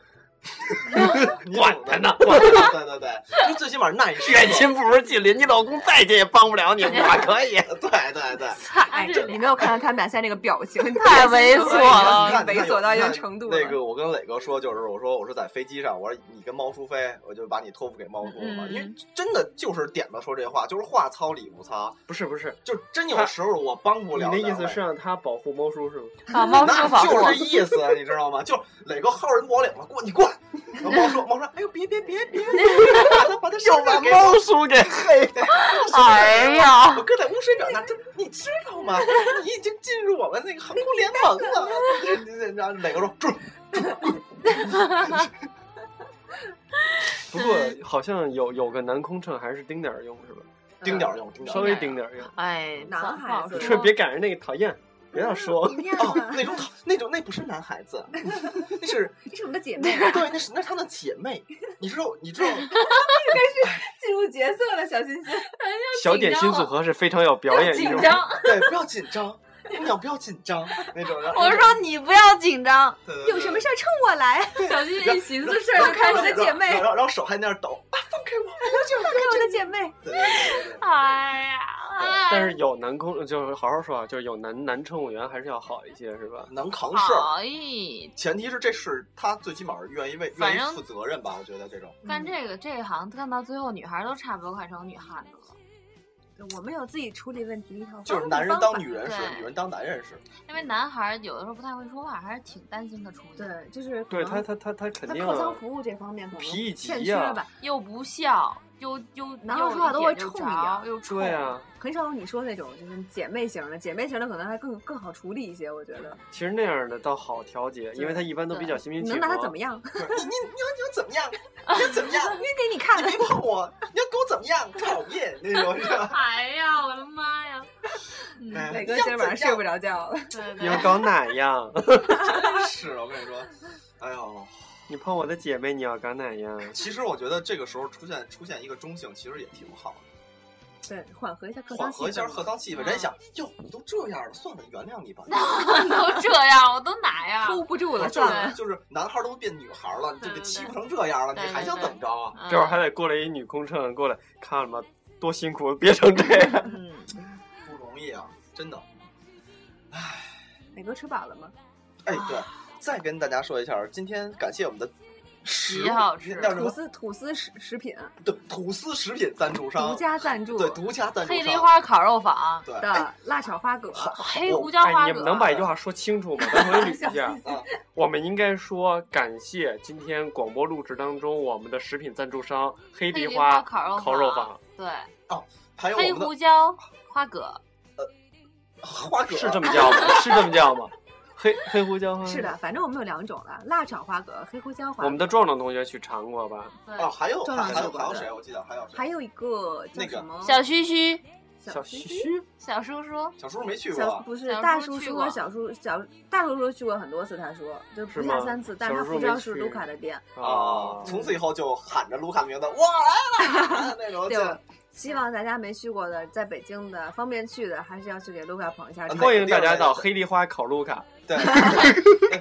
S5: 你
S4: 管
S5: 懂
S4: 他
S5: 的
S4: 呢
S5: 管他呢。对对对，就最起码那一时刻
S4: 远亲不如近邻，你老公再近也帮不了你，我可以。
S5: 对对对。
S3: 擦，
S6: 哎，这你没有看到他们俩现在这个表情，
S3: 太猥琐了
S5: 你
S6: 太
S5: 看你
S6: 猥
S5: 看
S6: 琐到一
S5: 你
S6: 定
S5: 看
S6: 程度了。
S5: 那个我跟磊哥说，就是我说我说在飞机上，我说你跟猫叔飞，我就把你托付给猫叔了嘛，
S3: 嗯
S5: 因为真的就是点到说这话，就是话糙理不糙，
S4: 不是不是，
S5: 就真有
S4: 他
S5: 时候我帮不
S4: 你
S5: 了。
S4: 的意思是？让他保护猫叔是吗？
S3: 啊，猫叔
S5: 那
S3: 保护
S5: 就是这意思，你知道吗？就是磊哥薅人脖领了，过你过来。然后猫说：“猫说，哎呦，别别别别，把他把他手把给我，
S4: 叔给黑了。
S3: 哎呀，
S5: 我搁在污水表那，这你知道吗？你已经进入我们那个航空联盟了。”然后磊哥说：“住
S4: 不 过好像有有个男空乘还是丁点儿用是吧？
S5: 丁点儿用，丁点儿
S4: 稍
S5: 用。
S4: 微丁点儿用，啊
S3: 哎，
S6: 男
S3: 不好
S6: 孩子
S3: 说
S4: 这别赶上那个讨厌，别
S6: 嗯
S4: 老说。
S6: 你看
S5: 哦
S6: 啊，
S5: 那种讨那种那不是男孩子，那是
S6: 这是我们的姐妹 啊，
S5: 对，那是那是他的姐妹。你知道你知道，
S6: 进入角色了，小 心心。
S4: 小点心
S6: 啊
S4: 组合是非常有表演艺
S3: 紧
S4: 术。
S3: 张。
S5: 对，不要紧张，姑娘不要紧张那种。然后
S3: 我说你不要紧张，
S5: 对对对
S6: 有什么事儿冲我来，
S3: 小心一寻思事
S6: 儿
S3: 儿
S6: 就
S3: 就开
S6: 开我
S3: 始。
S6: 的姐妹
S5: 然后然后然后手还在那儿抖啊，放开我！
S6: 放开我的姐妹。
S5: 对对对对对
S3: 哎呀，
S4: 但是有男空就是好好说啊，就是有男男乘务员还是要好一些，是吧？
S5: 能扛事儿，
S3: 好意
S5: 前提是这事儿他最起码是愿意为
S3: 反
S5: 愿
S3: 正
S5: 意负责任吧？我觉得这种
S3: 干这个这一行干到最后，女孩都差不多快成女汉子了，
S6: 我们有自己处理问题的一套方
S5: 就是男人当女人
S3: 对
S5: 使，女人当男人 使。
S3: 因为男孩有的时候不太会说话，还是挺担心他出去。
S6: 对，就是可
S4: 对
S6: 能
S4: 他他他他肯
S6: 在
S4: 定啊
S6: 客舱服务这方面可能
S4: 皮一
S6: 欠
S4: 急
S6: 缺
S4: 呀
S6: 吧，
S3: 又不笑，又又
S6: 男孩
S3: 又
S6: 说话都会
S3: 一点就
S6: 冲你啊
S3: 着又冲。
S4: 对啊，
S6: 很少有你说那种就是姐妹型的，姐妹型的可能还更更好处理一些，我觉得。
S4: 其实那样的倒好调节，因为他一般都比较心平
S6: 你
S4: 气
S6: 能
S4: 和。
S6: 拿他怎么样？
S5: 不是你你你要你要怎 么样？你要怎么样？
S6: 因为给你看
S5: 你
S6: 看
S5: 别碰我！你要给我怎么样？讨厌那种。你知道吗
S3: 哎呀，我的妈呀！嗯
S5: 哎
S6: 磊哥今儿晚上睡不着觉了。
S3: 对
S4: 你要
S3: 对，
S6: 啊
S4: 搞哪 样？
S5: 真是，我跟你说，哎呦，
S4: 你碰我的姐妹，你要搞哪样？
S5: 其实我觉得这个时候出现出现一个中性，其实也挺好的。
S6: 对，缓和一下客
S5: 缓
S6: 舱
S5: 和一下
S6: 氛
S5: 客舱气氛。
S3: 啊
S5: 人想，哟，你都这样了，算了，原谅你吧。
S3: 都这样，我都哪 样？
S6: ，hold 不住
S5: 我
S6: 了，
S5: 就
S6: 算了
S5: 是。就是男孩都变女孩了，你就
S3: 对
S5: 给
S3: 对
S5: 欺负
S3: 对
S5: 成这样了，你
S3: 对对
S5: 还想
S3: 对
S5: 怎么着啊？
S3: 嗯
S4: 这会儿还得过来一女空乘过来看嘛，多辛苦，憋成这样。
S6: 嗯，
S5: 不容易啊，真的。
S6: 磊哥吃饱了吗？
S5: 哎，对，再跟大家说一下，今天感谢我们的食
S3: 极好吃
S5: 那叫什
S6: 吐
S5: 么？
S6: 司吐司食食品
S5: 对，吐司食品赞助商
S6: 独，家赞助
S5: 对，独家赞助
S3: 黑梨
S5: 商。
S3: 花烤肉坊、
S5: 对，哎
S6: 的辣炒花蛤，。
S3: 黑胡椒
S4: 哎，
S3: 花
S4: 你
S3: 蛤
S4: 们能把一句话说清楚吗？咱重新 捋一下
S5: 啊，
S4: 我们应该说感谢今天广播录制当中我们的食品赞助商黑
S3: 黑
S4: 梨
S3: 梨花
S4: 花
S3: 烤肉
S4: 烤肉坊，
S3: 对，
S5: 还有我
S3: 黑
S5: 们的
S3: 胡椒花蛤，
S5: 花蛤，
S4: 是这么叫吗？是这么叫吗？黑黑胡椒吗？
S6: 是的，。反正我们有两种了，辣炒花蛤、黑胡椒
S4: 嗯
S6: 花。
S4: 我们的壮壮同学去尝过吧？
S3: 对，
S5: 啊，还有
S6: 正
S5: 还还
S6: 常
S5: 有还
S6: 手法
S5: 有
S6: 的
S5: 谁？啊我记得还有谁？
S6: 还有一个叫
S5: 那个
S6: 什么
S3: 小须须、
S6: 小
S4: 须
S6: 须
S4: 须，
S3: 小叔叔，
S5: 小叔叔没去过
S6: 小
S5: 啊，
S6: 不是
S3: 小叔
S6: 大
S3: 叔
S6: 叔
S3: 去
S6: 叔
S3: 过
S6: 和小叔小大叔叔去过很多次，他说就是不下
S4: 吗
S6: 三次，但
S4: 小
S6: 是他
S4: 叔
S6: 不
S4: 叔
S6: 知道
S4: 没
S6: 是
S4: 去
S6: 卢卡的店。哦
S5: 啊，从此以后就喊着卢卡的名字，我来了那种
S6: 对
S5: 就，
S6: 希望大家没去过的，在北京的方便去的，还是要去给卢卡捧一下
S5: 啊
S6: 场。
S4: 欢迎大家到黑梨花烤路卡。
S5: 对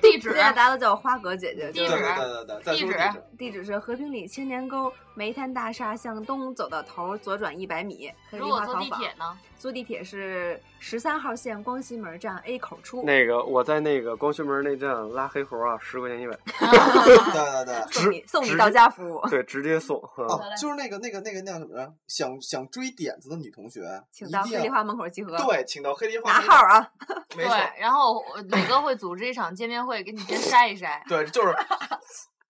S3: 地址啊
S6: 现在大家都叫我花蛤姐姐，就
S3: 地
S5: 对对
S3: 址
S6: 是
S5: 对对对，再
S3: 地
S5: 说
S3: 址啊
S5: 地址，
S6: 地址是和平里青年沟煤炭大厦向东走到头，左转一百米，黑梨
S3: 如果
S6: 花
S3: 坐
S6: 糖
S3: 地
S6: 坊。
S3: 铁呢？
S6: 坐地铁是十三号线光西门站 A 口出。
S4: 那个我在那个光学门那站拉黑活啊，十块钱一 百，
S5: 对对对。
S6: 送你送你
S4: 直
S6: 到家服务，
S4: 对，直接送。嗯
S5: 哦，就是那个那个那个那叫什么来？想想追点子的女同学，
S6: 请
S5: 一
S6: 到
S5: 定
S6: 黑
S5: 要
S6: 梨花门口集合，
S5: 对，请到黑梨花
S6: 拿号，啊！
S5: 没
S3: 对
S5: 错，，。
S3: 然后我磊哥会组织一场见面会，给你先筛一筛
S5: 对，就是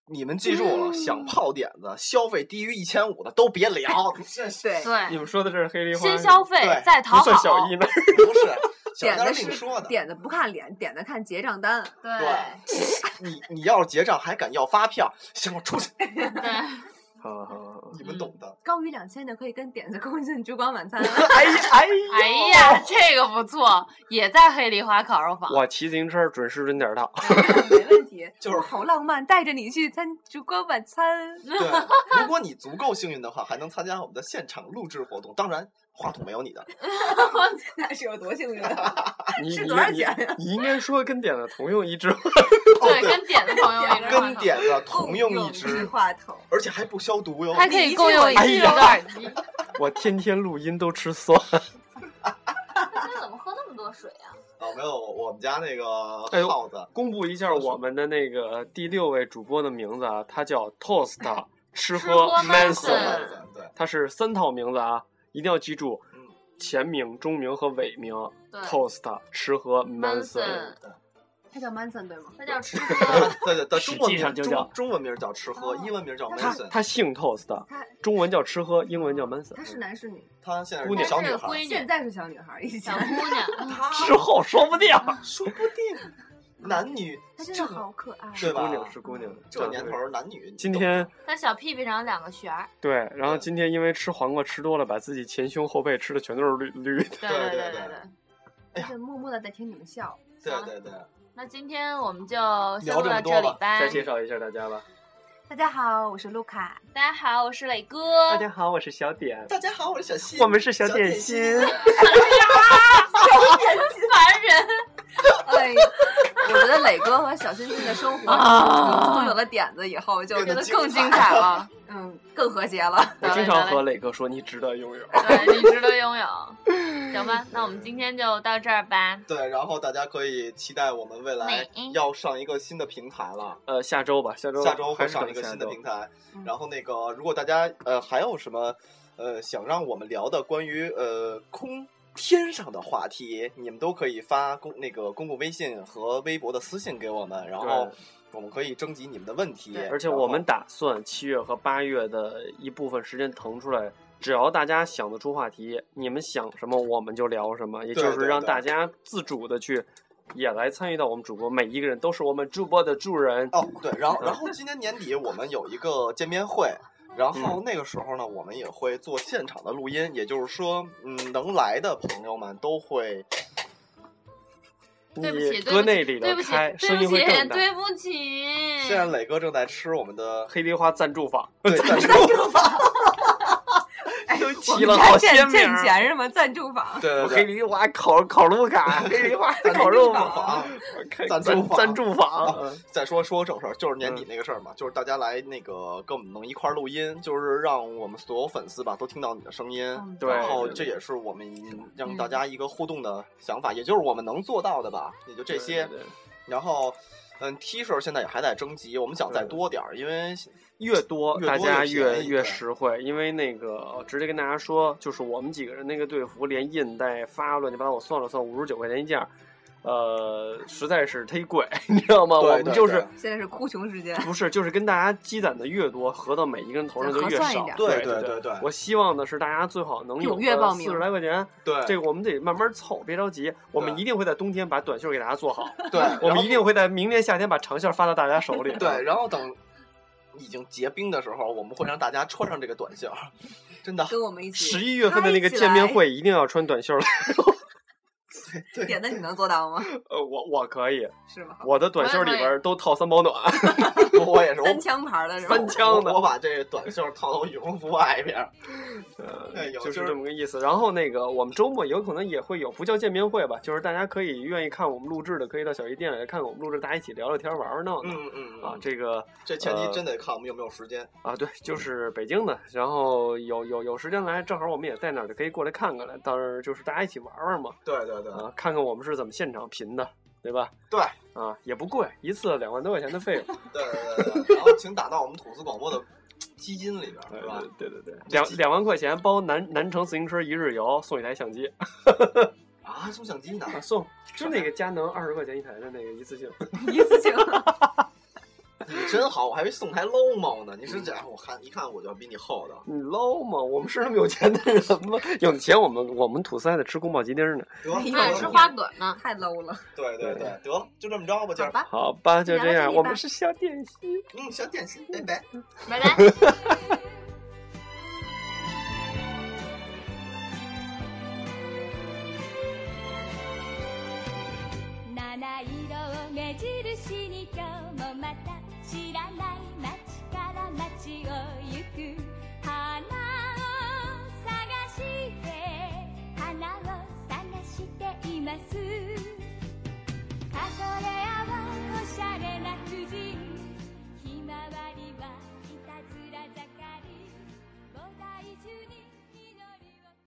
S5: 你们记住了，想泡点子，消费低于一千五的都别聊，这是
S6: 对，
S4: 啊你
S3: 对，
S4: 们说的这是黑梨花，
S3: 先消费
S5: 对
S3: 再
S4: 不
S3: 讨
S4: 算小
S3: 好
S4: 一，呢。
S5: 不是小
S6: 点
S5: 丹
S6: 的
S5: 另
S6: 是
S5: 说的。
S6: 点的不看脸，点的看结账单。
S3: 对
S5: 对，你你要是结账还敢要发票，行，我出去，
S3: 对，
S4: 好好好好。
S5: 你们懂的。
S6: 高于两千的可以跟点子共进烛光 晚餐。
S5: 哎哎
S3: 哎呀，这个不错，也在黑梨花烤肉坊。
S4: 我骑自行车准时准点儿到。
S6: 没问题，
S5: 就是
S6: 我好浪漫，带着你去参烛光晚餐。
S5: 对，如果你足够幸运的话，还能参加我们的现场录制活动。当然，话筒没有你的，
S6: 那是有多幸运？啊
S4: 你
S6: 是
S4: 你
S6: 多少
S4: 你
S6: 钱呀
S4: 你应该说跟点的同用一支。
S3: 对，
S5: 对
S3: 跟点的朋友一块
S5: 哦跟点子同用一
S6: 共
S5: 支，
S6: 话筒。
S5: 而且还不消毒哟。
S3: 还可以共用一只耳机。
S4: 我天天录音都吃酸。
S3: 今天怎么喝那么多水啊？
S5: 啊，没有，我们家那个
S4: 哎呦
S5: 耗子，
S4: 公布一下我们的那个第六位主播的名字啊，他叫 Toast，吃
S3: 吃喝
S4: 喝 Manson，
S3: Manson
S5: 对，
S4: 他是三套名字啊，一定要记住
S5: 嗯，
S4: 前名、中名和尾名。
S3: 对
S4: Toast 吃喝
S3: Manson
S4: Manson，
S6: 他叫 Manson 对吗？
S3: 那叫吃喝。
S5: 对对对，
S4: 实
S5: 中文
S4: 际
S5: 名
S4: 上就叫
S5: 中中文名叫吃喝，英文名叫
S4: 他
S5: Mason，
S4: 他姓 Toast，
S6: 他
S4: 中文叫吃喝，英文叫 Manson。
S6: 他是男是女？
S5: 他现在
S4: 姑
S5: 是
S4: 娘
S5: 小女
S3: 她是
S5: 孩，
S3: 闺
S6: 现
S3: 女，
S6: 在是小女孩，以前
S3: 小姑娘。
S4: 之后说不定。啊
S6: 啊
S5: 啊说不定男女
S6: 他真
S5: 这
S6: 的好可爱。
S5: 对吧嗯
S4: 姑娘是姑娘，
S5: 这年头儿男女
S4: 今天
S3: 她小屁屁上有两个旋儿。
S4: 对，然后
S5: 对
S4: 今天因为吃黄瓜吃多了，把自己前胸后背吃的全都是绿绿的。
S3: 对
S5: 对对
S3: 对
S5: 对
S3: 对。
S5: 哎呀
S6: 就默默的在听你们笑。
S5: 对
S3: 行
S5: 对对，
S3: 那今天我们就先
S5: 聊
S3: 录
S5: 这么
S3: 到
S5: 多
S3: 这
S5: 吧
S3: 里吧。
S4: 再介绍一下大家吧。
S3: 呃
S6: 大家好，我是卢卡。
S3: 大家好，我是磊哥。
S4: 好，我是小点，
S5: 大家好，我是小新，
S4: 我们是小
S5: 小
S4: 点
S5: 心，
S4: 心。
S3: 烦人
S6: 哎呀， 我觉得磊哥和小星星的生活
S4: 啊
S6: 从有了点子以后，就
S5: 变
S6: 觉
S5: 得
S6: 得
S3: 更精彩了。
S6: 嗯更和谐了。
S4: 我经常和磊哥说你值得拥有。
S3: 对你值得拥有。行吧，那我们今天就到这儿吧。
S5: 对，然后大家可以期待我们未来
S3: 美
S5: 要上一个新的平台了。
S4: 呃，下周吧，下周
S5: 下周
S4: 还
S5: 会
S4: 是等
S5: 上一个
S4: 下
S5: 新的
S4: 周
S5: 平台
S6: 嗯，
S5: 然后那个，如果大家呃还有什么呃想让我们聊的关于呃空天上的话题，你们都可以发公那个公共微信和微博的私信给我们，然后
S4: 对
S5: 我们可以征集你们的问题，
S4: 而且
S5: 然
S4: 我
S5: 后
S4: 们打算七月和八月的一部分时间腾出来，只要大家想得出话题，你们想什么我们就聊什么，也
S5: 对
S4: 就是
S5: 对
S4: 让
S5: 对
S4: 大家自主的去也来参与到我们主播，每一个人都是我们主播的主人。
S5: 哦，对，然后然后今年年底我们有一个见面会，然
S4: 嗯
S5: 后那个时候呢，我们也会做现场的录音，也就是说，嗯，能来的朋友们都会，
S3: 对不起，
S4: 你
S3: 对
S4: 搁
S3: 不
S4: 那
S3: 起，
S4: 里
S3: 对
S4: 头
S3: 不起，
S4: 开，
S3: 对
S4: 声
S3: 不
S4: 音会
S3: 起，
S4: 更大。
S3: 对不起。
S5: 现在磊 哥正在吃我们的
S4: 黑梨花赞助坊，
S5: 对赞助，
S6: 哎，
S4: 提了好些
S6: 欠
S4: 名
S6: 欠
S4: 儿。
S6: 钱是吗？赞助房，
S5: 对
S4: 我
S5: 对
S4: 黑
S5: 对，
S4: 梨花烤烤炉卡，黑梨 花烤肉
S5: 房，
S4: 赞
S5: 赞助房啊
S4: 赞助房，
S5: 再说说正事儿，就是年底
S4: 嗯
S5: 那个事儿嘛，就是大家来那个跟我们能一块儿录音，就是让我们所有粉丝吧都听到你的声音，
S4: 嗯对嗯
S5: 然后这也是我们让大家一个互动的想法，也就是我们能做到的吧，也就这些。
S4: 对对对
S5: 然后，嗯，T 恤现在也还在征集，我们想再
S4: 对
S5: 多点儿，因为
S4: 越多
S5: 越
S4: 大
S5: 多
S4: 家
S5: 越
S4: 越
S5: 便宜
S4: 越
S5: 对
S4: 实惠，因为那个直接跟大家说，就是我们几个人那个队服连印带发乱七八糟，我算了算，五十九块钱一件儿，呃，实在是忒贵， 你知道吗？
S5: 对
S4: 呃我们
S5: 对
S4: 就是
S6: 现在是哭穷时间。
S4: 不是，就是跟大家积攒的越多，合到每一个人头上就
S6: 核
S4: 越
S6: 算一
S4: 少
S6: 点。
S5: 对
S4: 对
S5: 对对
S4: 对
S5: 对
S4: 我希望的是大家最好能
S6: 踊跃报名
S4: 四十来块钱，
S5: 对
S4: 这个我们得慢慢凑，别着急。我们
S5: 对
S4: 一定会在冬天把短袖给大家做好，
S5: 对，
S4: 我
S5: 然
S4: 们
S5: 后
S4: 一定会在明年夏天把长袖发到大家手里。啊
S5: 对，然后等已经结冰的时候，我们会让大家穿上这个短袖儿，真的。
S6: 跟我们一起
S4: 十一月份的那个见面会一定要穿短袖儿。
S6: 嗨起来，点的你能做到吗？
S4: 呃，我我可
S5: 啊
S4: 以，
S6: 是吗？
S4: 我的短袖里边儿都套三保暖，
S5: 我也是，我
S6: 三枪牌的是吧？
S4: 三枪
S5: 我
S4: 的
S5: 我，把这短袖套到羽绒服外 边儿。哎
S4: 呃
S5: 有
S4: 就
S5: 就是
S4: 这么个意思。然后那个我们周末有可能也会有，不叫见面会吧，就是大家可以愿意看我们录制的，可以到小鱼店来看看我们录制，大家一起聊聊天儿、玩玩闹闹。
S5: 嗯嗯
S4: 啊
S5: 嗯，，
S4: 这个
S5: 这前提
S4: 呃
S5: 真得看我们有没有时间。
S4: 啊，对，就是北京的，然后有有有时间来，正好我们也在那儿，就可以过来看看来，到时候就是大家一起玩玩嘛，
S5: 对对 对
S4: 啊，看看我们是怎么现场评的，对吧？
S5: 对
S4: 啊，也不贵，一次两万多块钱的费 用，
S5: 对对对对，然后请打到我们吐司广播的基金里边儿，是吧？
S4: 对对对，两两万块钱包南南城自行车一日游，送一台相机，
S5: 啊，送相机呢？
S4: 啊、 送就那个佳能二十块钱一台的那个一次性，
S6: 一次性。
S5: 你真好，我还以为送台 Lomo 呢。
S4: 嗯
S5: 你是这家伙，我看一看我就比你厚道。
S4: 你捞吗？我们是那么有钱的人 吗？有钱我们我们吐司还得吃宫保鸡丁呢。
S5: 得，
S3: 那
S6: 哎
S3: 也
S5: 得
S3: 是
S5: 得
S3: 花朵呢。
S6: 太 low 了，
S5: 对对对，得了，就这么着吧，今
S6: 好
S5: 儿。
S6: 吧，
S4: 好吧，就这
S6: 聊到
S4: 样，
S6: 这里
S4: 我
S6: 吧
S4: 们是小点心。
S5: 嗯，小点心，拜拜。
S3: 拜拜。
S2: 七色を目印に今日もまた知らない街から街を行く花を探して花を探しています